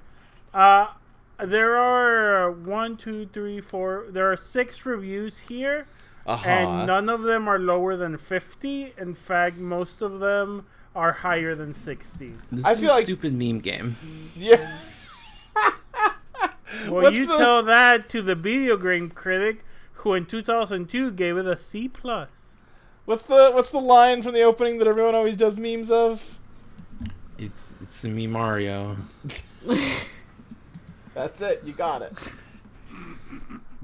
E: Uh, there are one, two, three, four. There are six reviews here,
B: Uh-huh.
E: and none of them are lower than fifty. In fact, most of them are higher than sixty.
D: This
B: I
D: is
B: feel
D: a
B: like-
D: stupid meme game.
B: yeah.
E: Well,
B: What's
E: you
B: the-
E: tell that to the video game critic who in 2002 gave it a C plus.
B: What's the what's the line from the opening that everyone always does memes of?
D: It's it's a me Mario.
B: That's it. You got it.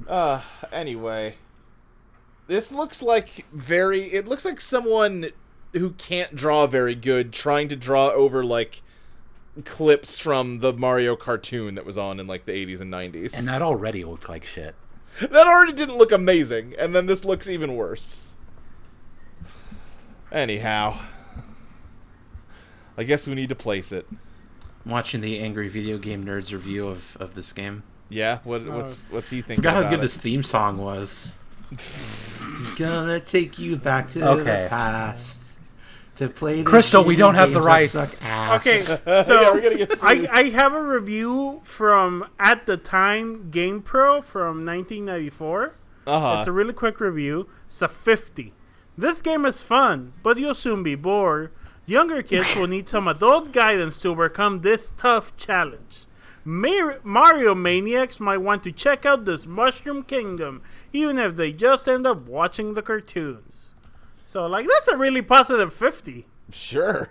B: Uh, anyway, this looks like very. It looks like someone who can't draw very good trying to draw over like clips from the Mario cartoon that was on in like the 80s and 90s.
G: And that already looked like shit.
B: that already didn't look amazing, and then this looks even worse. Anyhow, I guess we need to place it.
D: I'm watching the Angry Video Game Nerds review of, of this game.
B: Yeah, what, what's what's he thinking?
D: Uh, Forgot how
B: about
D: good
B: it?
D: this theme song was. He's gonna take you back to
G: Okay.
D: the past to play. The
G: Crystal, we
D: video
G: don't have the
D: games that
G: rights.
D: suck ass.
E: Okay,
B: yeah,
E: so
B: we're gonna get
E: I,
B: sued.
E: I have a review from at the time GamePro from 1994.
B: uh-huh.
E: It's a really quick review. It's a 50. This game is fun, but you'll soon be bored. Younger kids will need some adult guidance to overcome this tough challenge. Mar- Mario maniacs might want to check out this Mushroom Kingdom, even if they just end up watching the cartoons. So, like, that's a really positive 50.
B: Sure.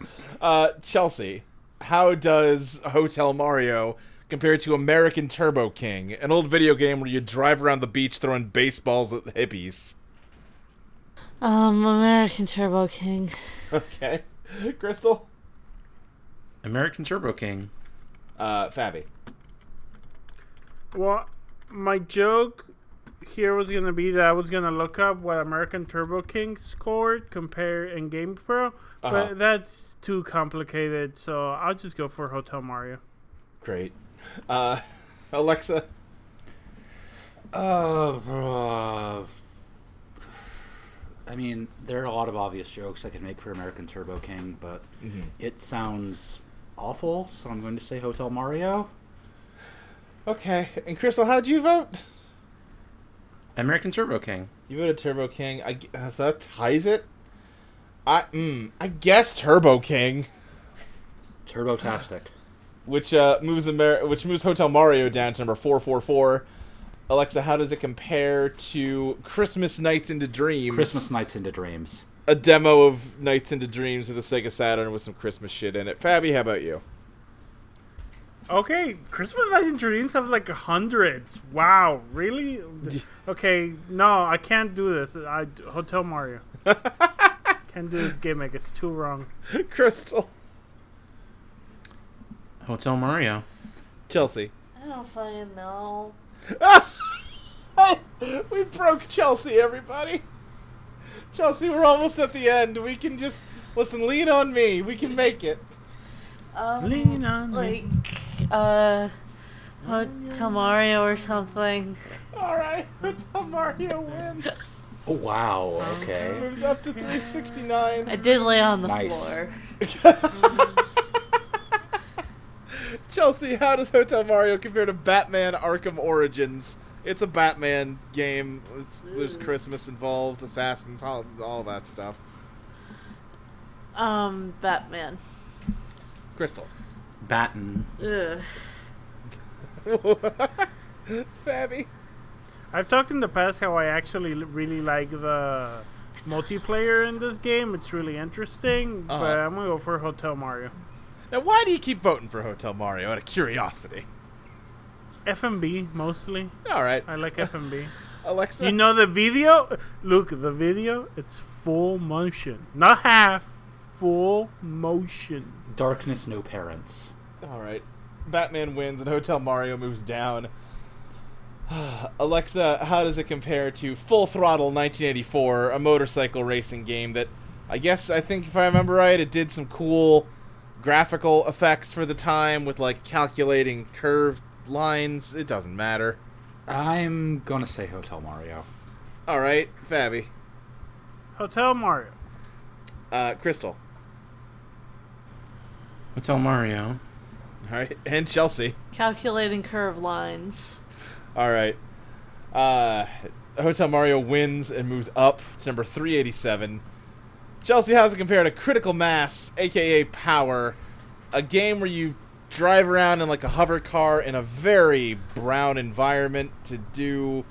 B: Uh, Chelsea, how does Hotel Mario compare to American Turbo King, an old video game where you drive around the beach throwing baseballs at hippies?
C: Um, American Turbo King.
B: Okay. Crystal?
D: American Turbo King.
B: Uh, Fabi.
E: Well, my joke here was gonna be that I was gonna look up what American Turbo King scored compare in Game Pro,
B: Uh-huh.
E: but that's too complicated, so I'll just go for Hotel Mario.
B: Great. Uh, Alexa?
G: Uh, uh, I mean, there are a lot of obvious jokes I could make for American Turbo King, but
B: Mm-hmm.
G: it sounds awful, so I'm going to say Hotel Mario.
B: Okay. And Crystal, how'd you vote?
D: American Turbo King.
B: You voted Turbo King. I, gu- so that ties it? I, mm, I guess Turbo King.
G: Turbo Tastic.
B: which uh, moves Amer- which moves Hotel Mario down to number four four four. Alexa, how does it compare to Christmas Nights into Dreams?
G: Christmas Nights into Dreams.
B: a demo of Nights into Dreams with the Sega Saturn with some Christmas shit in it. Fabi, how about you?
E: Okay, Christmas Night in Dreams have like hundreds. Wow, really? Okay, no, I can't do this. I Hotel Mario. can't do this gimmick. It's too wrong.
B: Crystal,
D: Hotel Mario.
B: Chelsea.
C: I don't fucking know.
B: we broke Chelsea, everybody. Chelsea, we're almost at the end. We can just listen. Lean on me. We can make it.
C: Um,
E: Lean on me.
C: like, uh, Hotel Mario or something.
B: All right. Hotel Mario wins.
G: Oh, wow. Okay.
B: Moves up to 369.
C: I did lay on the
G: Nice.
C: floor.
B: Chelsea, how does Hotel Mario compare to Batman Arkham Origins? It's a Batman game. It's, there's Christmas involved, assassins, all, all that stuff.
C: Um, Batman.
B: Crystal.
D: Batten.
C: Ugh.
B: Fabby.
E: I've talked in the past how I actually l- really like the multiplayer in this game. It's really interesting,
B: Uh-huh.
E: but I'm gonna go for Hotel Mario.
B: Now, why do you keep voting for Hotel Mario? Out of curiosity.
E: FMB mostly.
B: All right,
E: I like FMB.
B: Alexa.
E: you know the video? Look, the video. It's full motion, not half. Full motion.
G: Darkness No Parents.
B: all right. Batman wins and Hotel Mario moves down. Alexa, how does it compare to Full Throttle 1984, a motorcycle racing game that I guess I think if I remember right, it did some cool graphical effects for the time with like calculating curved lines. It doesn't matter.
G: I'm going to say Hotel Mario.
B: All right, Fabi,
E: Hotel Mario.
B: uh, Crystal,
D: Hotel Mario.
B: all right, and Chelsea.
C: Calculating curve lines.
B: All right. Uh, Hotel Mario wins and moves up to number 387. Chelsea, how's it compare to Critical Mass, aka Power, a game where you drive around in like a hover car in a very brown environment to do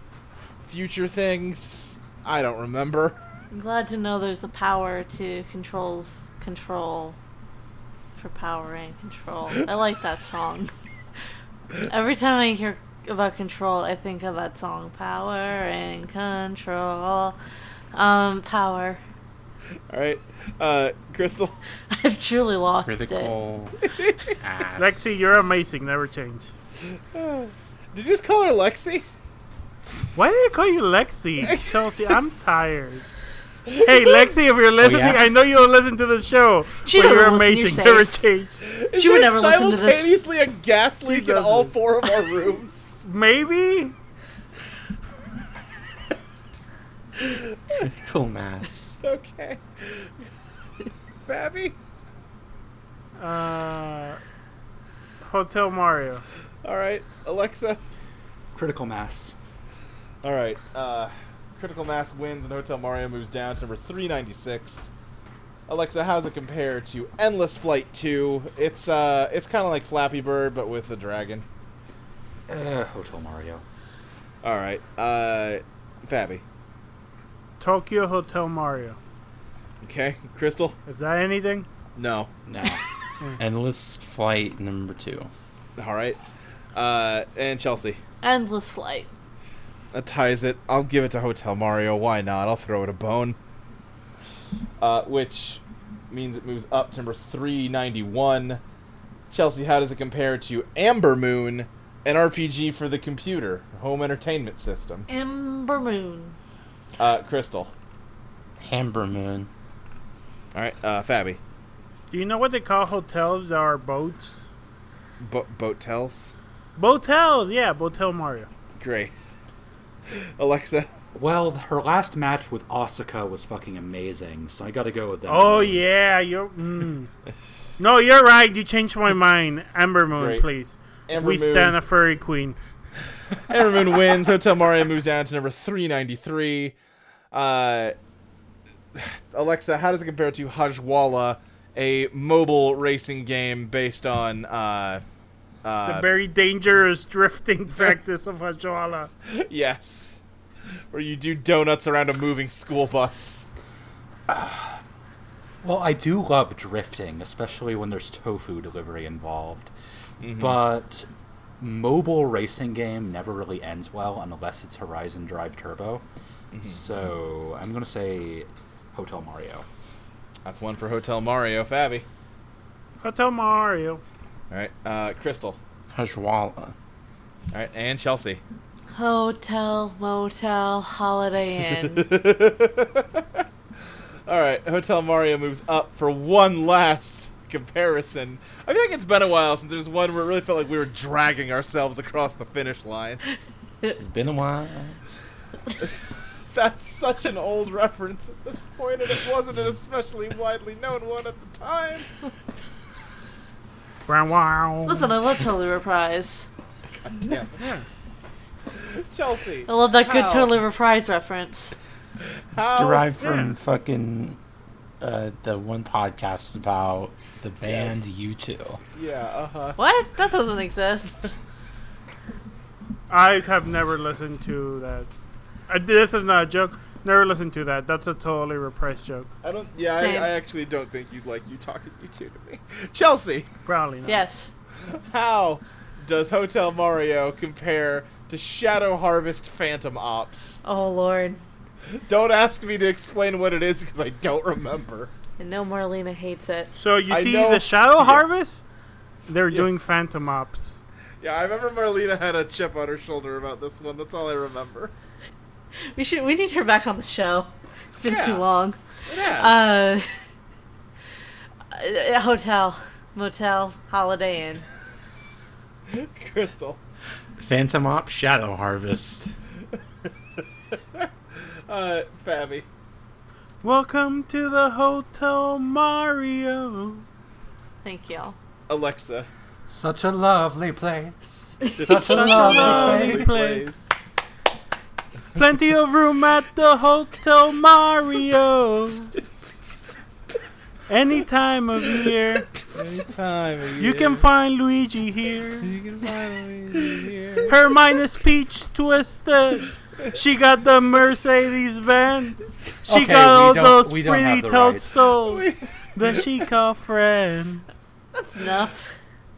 B: future things? I don't remember.
C: I'm glad to know there's a power to controls control for power and control. I like that song. Every time I hear about control, I think of that song, Power and Control. Um, power.
B: All right, uh, Crystal.
C: I've truly lost it.
D: Critical. ass.
E: Lexi, you're amazing. Never change.
B: Did you just call her Lexi?
E: Why did I call you Lexi? Chelsea, I'm tired. Hey, Lexi, if you're listening,
D: yeah?
E: I know you'll listen to the show.
C: She
E: but you're
C: doesn't listen,
E: amazing.
C: you're
E: Never
C: safe.
E: change.
B: Is
C: She would
B: there
C: never listen to this.
B: simultaneously a gas leak in all
E: doesn't.
B: four of our rooms.
E: Maybe?
D: Critical mass.
B: okay. Fabby.
E: Uh, Hotel Mario.
B: All right, Alexa.
G: Critical mass.
B: All right. Uh, Critical Mass wins, and Hotel Mario moves down to number 396. Alexa, how's it compare to Endless Flight 2? It's uh, it's kind of like Flappy Bird, but with a dragon.
G: Uh, Hotel Mario.
B: All right. Uh, Fabby.
E: Tokyo Hotel Mario.
B: Okay. Crystal.
E: Is that anything?
B: No.
G: No.
D: Endless flight number two.
B: All right. Uh, and Chelsea.
C: Endless flight.
B: That ties it. I'll give it to Hotel Mario. Why not? I'll throw it a bone. Uh, which means it moves up to number 391. Chelsea, how does it compare to Amber Moon, an RPG for the computer, home entertainment system?
C: Ember Moon.
B: Uh, Crystal.
D: Hamber moon.
B: All right, uh, Fabby.
E: Do you know what they call hotels that are boats?
B: Bo- boat tells.
E: Botels, yeah, Botel Mario.
B: Great. Alexa.
G: well, her last match with Osaka was fucking amazing, so I gotta go with that.
E: Oh yeah, you're. Mm. no, you're right. You changed my mind. Amber Moon,
B: Great.
E: please.
B: Amber
E: we
B: Moon.
E: stand a furry queen.
B: Amber Moon wins. Hotel Mario moves down to number 393. Uh, Alexa, how does it compare to Hajwala, a mobile racing game based on. Uh,
E: The
B: uh,
E: very dangerous drifting practice of Hajwala.
B: yes. Where you do donuts around a moving school bus.
G: Well, I do love drifting, especially when there's tofu delivery involved. Mm-hmm. But mobile racing game never really ends well unless it's Horizon Drive Turbo. Mm-hmm. So I'm gonna say Hotel Mario.
B: That's one for Hotel Mario, Fabby.
E: Hotel Mario.
B: All right, uh, Crystal.
D: Hajwala.
B: All right, and Chelsea.
C: Hotel, motel, holiday inn.
B: All right, Hotel Mario moves up for one last comparison. I feel like it's been a while since there's one where it really felt like we were dragging ourselves across the finish line.
D: It's been a while.
B: That's such an old reference at this point, and it wasn't an especially widely known one at the time.
E: Brown wow.
C: Listen, I love Totally Reprise.
B: Damn. Chelsea,
C: I love that good
B: How?
C: Totally Reprise reference.
B: how?
D: Derived from
E: yeah.
D: fucking uh, the one podcast about the band U2.
B: Yeah, uh huh.
C: What? That doesn't exist.
E: I have never listened to that. Uh, this is not a joke. Never listened to that. That's a totally repressed joke.
B: I don't. Yeah, I,
C: Same.
B: I actually don't think you'd like you talking you two to me. Chelsea,
E: Probably not.
C: Yes.
B: how does Hotel Mario compare to Shadow Harvest Phantom Ops?
C: Oh, Lord.
B: Don't ask me to explain what it is because I don't remember.
C: And no Marlena hates it.
E: So you
B: I
E: see
B: know-
E: the Shadow Harvest? They're doing Phantom Ops.
B: Yeah, I remember Marlena had a chip on her shoulder about this one. That's all I remember.
C: We should. We need her back on the show. It's been
B: Yeah.
C: too long.
B: Yeah.
C: Uh, uh, hotel, motel, Holiday Inn. Uh,
B: Crystal.
D: Phantom Op Shadow Harvest.
B: Uh, Fabby.
E: Welcome to the Hotel Mario.
C: Thank y'all.
B: Alexa.
F: Such a lovely place. Such a lovely
E: lovely
F: place.
E: place. Plenty of room at the Hotel Mario. Any time of year,
B: Anytime
E: you can find Luigi here.
B: You can find me here.
E: Her minus peach twisted. She got the Mercedes Benz. She
F: Okay,
E: got
F: we
E: all
F: don't-
E: those
F: we don't have
E: pretty
F: the rights.
E: toadstools that she called friends.
C: That's enough.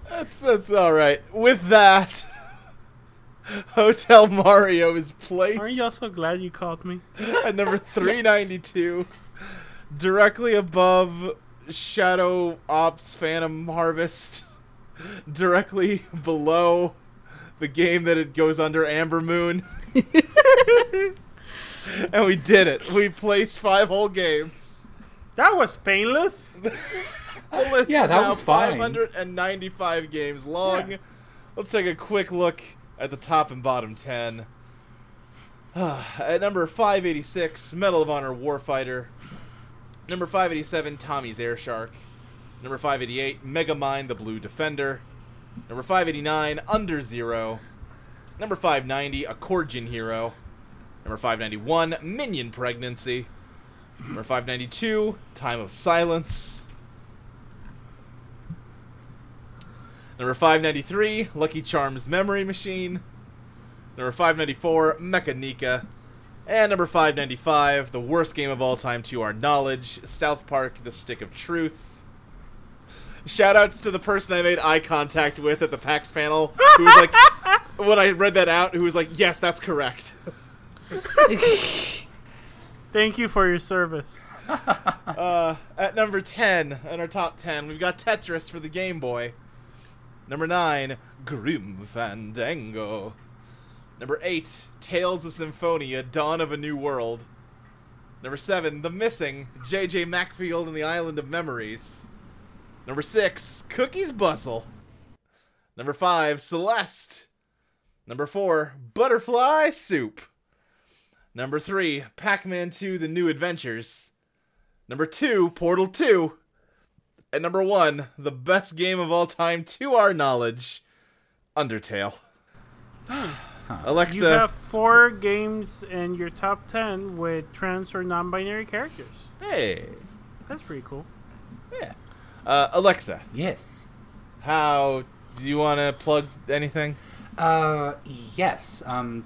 B: That's that's all right. With that, Hotel Mario is placed
E: Aren't y'all so glad you called me?
B: at number 392, directly above Shadow Ops Phantom Harvest, directly below the game that it goes under Amber Moon. and we did it. We placed five whole games.
E: That was painless.
B: The list
F: Yeah,
B: is
F: that
B: now
F: was fine.
B: 595 games long.
F: Yeah.
B: Let's take a quick look at the top and bottom 10. at number 586, Medal of Honor Warfighter. Number 587, Tommy's Air Shark. Number 588, Megamind the Blue Defender. Number 589, Under Zero. Number 590, Accordion Hero. Number 591, Minion Pregnancy. Number 592, Time of Silence. Number 593, Lucky Charms Memory Machine. Number 594, Mechanica. And number 595, the worst game of all time to our knowledge, South Park The Stick of Truth. Shoutouts to the person I made eye contact with at the PAX panel, who was like, when I read that out, who was like, yes, that's correct.
E: Thank you for your service.
B: Uh, at number 10 in our top 10, we've got Tetris for the Game Boy. Number 9, Grim Fandango. Number 8, Tales of Symphonia Dawn of a New World. Number 7, The Missing J.J. Macfield and the Island of Memories. Number 6, Cookies Bustle. Number 5, Celeste. Number 4, Butterfly Soup. Number 3, Pac Man 2 The New Adventures. Number two, Portal 2. And number one, the best game of all time to our knowledge, Undertale. Alexa,
E: You have four games in your top ten with trans or non-binary characters.
B: hey.
E: That's pretty cool.
B: Yeah. Uh, Alexa,
F: Yes.
B: how do you want to plug anything?
F: Uh, yes. Um,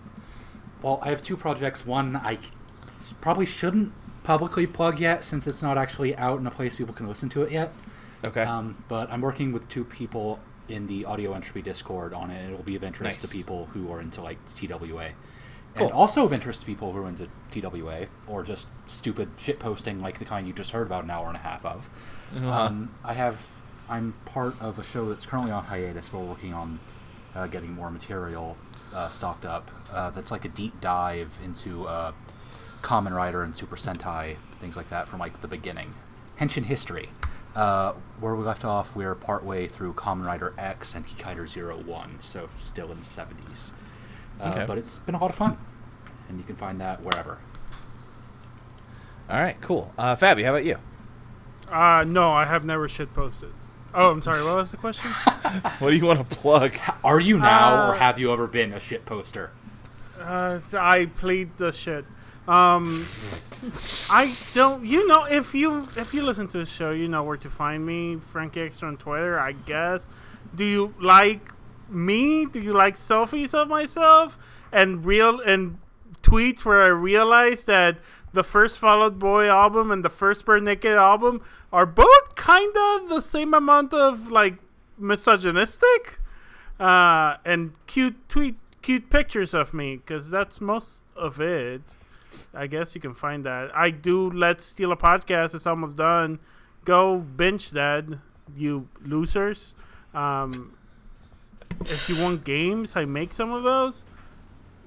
F: well, I have two projects. One I c- s- probably shouldn't publicly plug yet, since it's not actually out in a place people can listen to it yet.
B: Okay.
F: Um, but I'm working with two people in the Audio Entropy Discord on it. It'll be of interest to
B: Nice.
F: people who are into like TWA, and also of interest to people who are into TWA or just stupid shit posting like the kind you just heard about an hour and a half of. Um, I have. I'm part of a show that's currently on hiatus. We're working on uh, getting more material uh, stocked up. Uh, that's like a deep dive into uh, Common Rider and Super Sentai, things like that from like the beginning. Henshin history. Uh, where we left off, we're partway through Common Rider X and Kikider Zero One, so still in the 70s. Uh,
B: Okay.
F: But it's been a lot of fun, and you can find that wherever.
B: all right, cool. Uh, Fabi, how about you?
E: Uh, no, I have never shit posted. Oh, I'm sorry. What was the question?
B: What do you want to plug?
F: Are you now, or
E: Uh,
F: have you ever been a shit poster?
E: Uh, so I plead the shit. Um, I don't. You know, if you if you listen to the show, you know where to find me, Frankie Extra on Twitter, I guess. Do you like me? Do you like selfies of myself and real and tweets where I realize that the first Followed Boy album and the first Bare Naked album are both kind of the same amount of like misogynistic? uh, and cute tweet cute pictures of me because that's most of it i guess you can find that i do let's steal a podcast it's almost done go binge that you losers um, if you want games i make some of those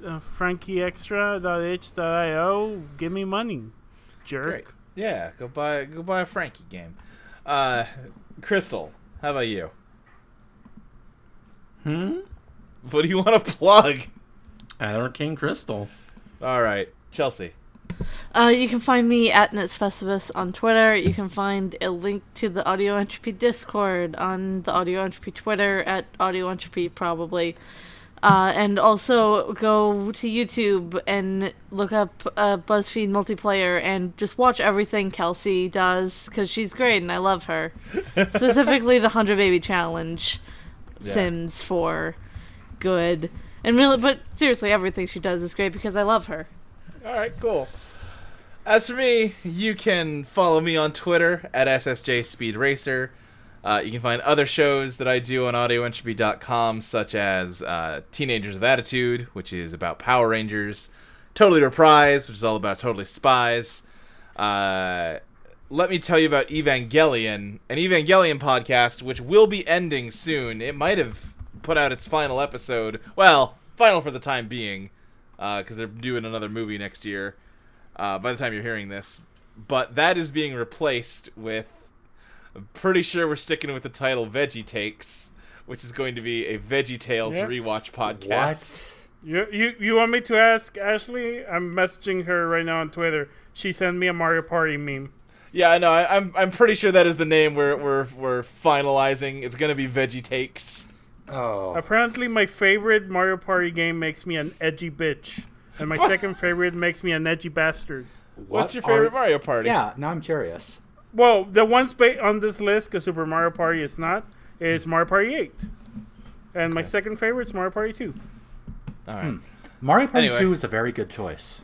E: uh, frankieextra.h.io give me money jerk
B: Great. Yeah, go buy go buy a Frankie game. Uh, Crystal, how about you?
D: Hmm?
B: What do you want to plug?
D: At Arcane Crystal.
B: All right, Chelsea.
C: Uh, you can find me at NetSpecibus on Twitter. You can find a link to the Audio Entropy Discord on the Audio Entropy Twitter at Audio Entropy, probably. Uh, and also go to YouTube and look up uh, BuzzFeed multiplayer and just watch everything Kelsey does because she's great and I love her. Specifically, the 100 Baby Challenge Sims for good. And really, but seriously, everything she does is great because I love her.
B: All right, cool. As for me, you can follow me on Twitter at SSJ Speed Racer. Uh, you can find other shows that I do on audioentropy.com, such as uh, Teenagers with Attitude, which is about Power Rangers, Totally Reprise, which is all about Totally Spies. Uh, let me tell you about Evangelion, an Evangelion podcast, which will be ending soon. It might have put out its final episode. Well, final for the time being, because they're doing another movie next year uh, by the time you're hearing this. But that is being replaced with. I'm pretty sure we're sticking with the title Veggie Takes, which is going to be a Veggie Tales
E: Yep.
B: rewatch podcast.
E: You, you you want me to ask Ashley? I'm messaging her right now on Twitter. She sent me a Mario Party meme.
B: Yeah, I know. I, I'm I'm pretty sure that is the name we're we're we're finalizing. It's gonna be Veggie Takes.
G: Oh,
E: Apparently, my favorite Mario Party game makes me an edgy bitch, and my second favorite makes me an edgy bastard.
G: what
B: What's your favorite
G: are-
B: Mario Party?
G: Yeah, now I'm curious.
E: Well, the one space on this list, because Super Mario Party is not, is Mario Party 8. And my second favorite is Mario Party 2.
B: All right.
G: Mario Party
B: Anyway.
G: 2 is a very good choice.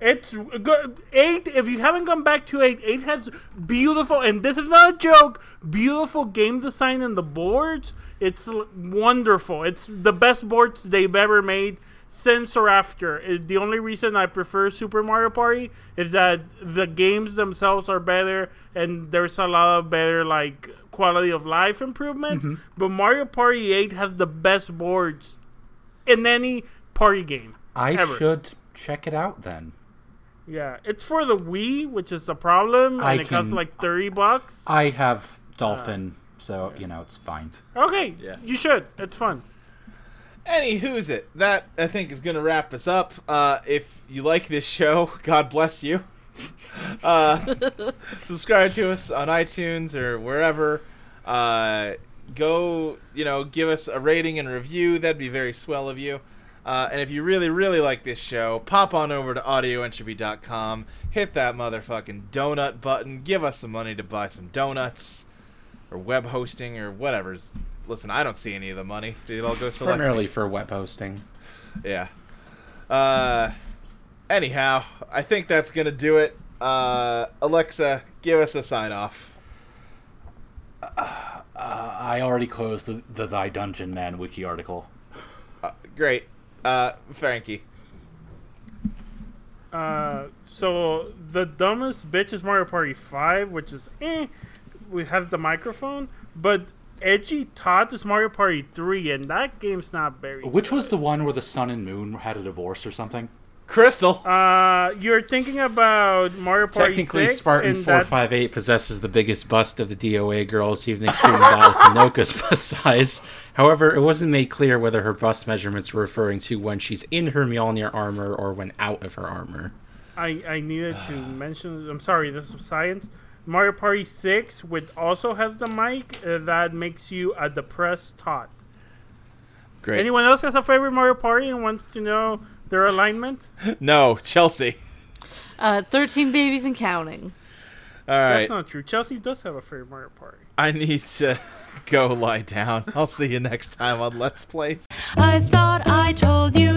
E: It's good. 8, if you haven't gone back to 8, 8 has beautiful, and this is not a joke, beautiful game design in the boards. It's l- wonderful. It's the best boards they've ever made since or after. It- the only reason I prefer Super Mario Party is that the games themselves are better, and there's a lot of better, like, quality of life improvements. But Mario Party 8 has the best boards in any party game.
G: I
E: Ever.
G: should check it out then.
E: Yeah, it's for the Wii, which is a problem, and
G: I
E: it
G: can-
E: costs like thirty bucks.
G: I have Dolphin, so, you know, it's fine.
E: okay,
B: Yeah.
E: you should. It's fun.
B: Any who's it? That I think is gonna wrap us up. Uh, if you like this show, God bless you. uh, subscribe to us on iTunes or wherever. Uh, go, you know, give us a rating and review. That'd be very swell of you. Uh, and if you really, really like this show, pop on over to audioentropy.com, hit that motherfucking donut button, give us some money to buy some donuts or web hosting or whatever's. Listen, I don't see any of the money. It all goes to Lexi.
D: primarily for web hosting.
B: Yeah. Uh, anyhow, I think that's gonna do it. Uh, Alexa, give us a sign off.
G: I already closed the, the Thy Dungeon Man wiki article.
B: Great, uh, Frankie.
E: Uh, so the dumbest bitch is Mario Party Five, which is eh. We have the microphone, but edgy Todd is Mario Party Three, and that game's not very.
G: Which was the one where the sun and moon had a divorce or something?
B: Crystal.
E: Uh, you're thinking about Mario Party
D: Technically,
E: Six,
D: Spartan
E: and that's-
D: 458 possesses the biggest bust of the DOA girls, even exceeding that of Hinoka's bust size. However, it wasn't made clear whether her bust measurements were referring to when she's in her Mjolnir armor or when out of her armor.
E: I, I needed to mention. I'm sorry, this is science. Mario Party 6, which also has the mic, uh, that makes you a depressed tot.
B: Great.
E: Anyone else has a favorite Mario Party and wants to know their alignment?
B: No, Chelsea.
C: Uh, 13 babies and counting.
B: All right.
E: That's not true. Chelsea does have a favorite Mario Party.
B: I need to go lie down. I'll see you next time on Let's Play.
A: I thought I told you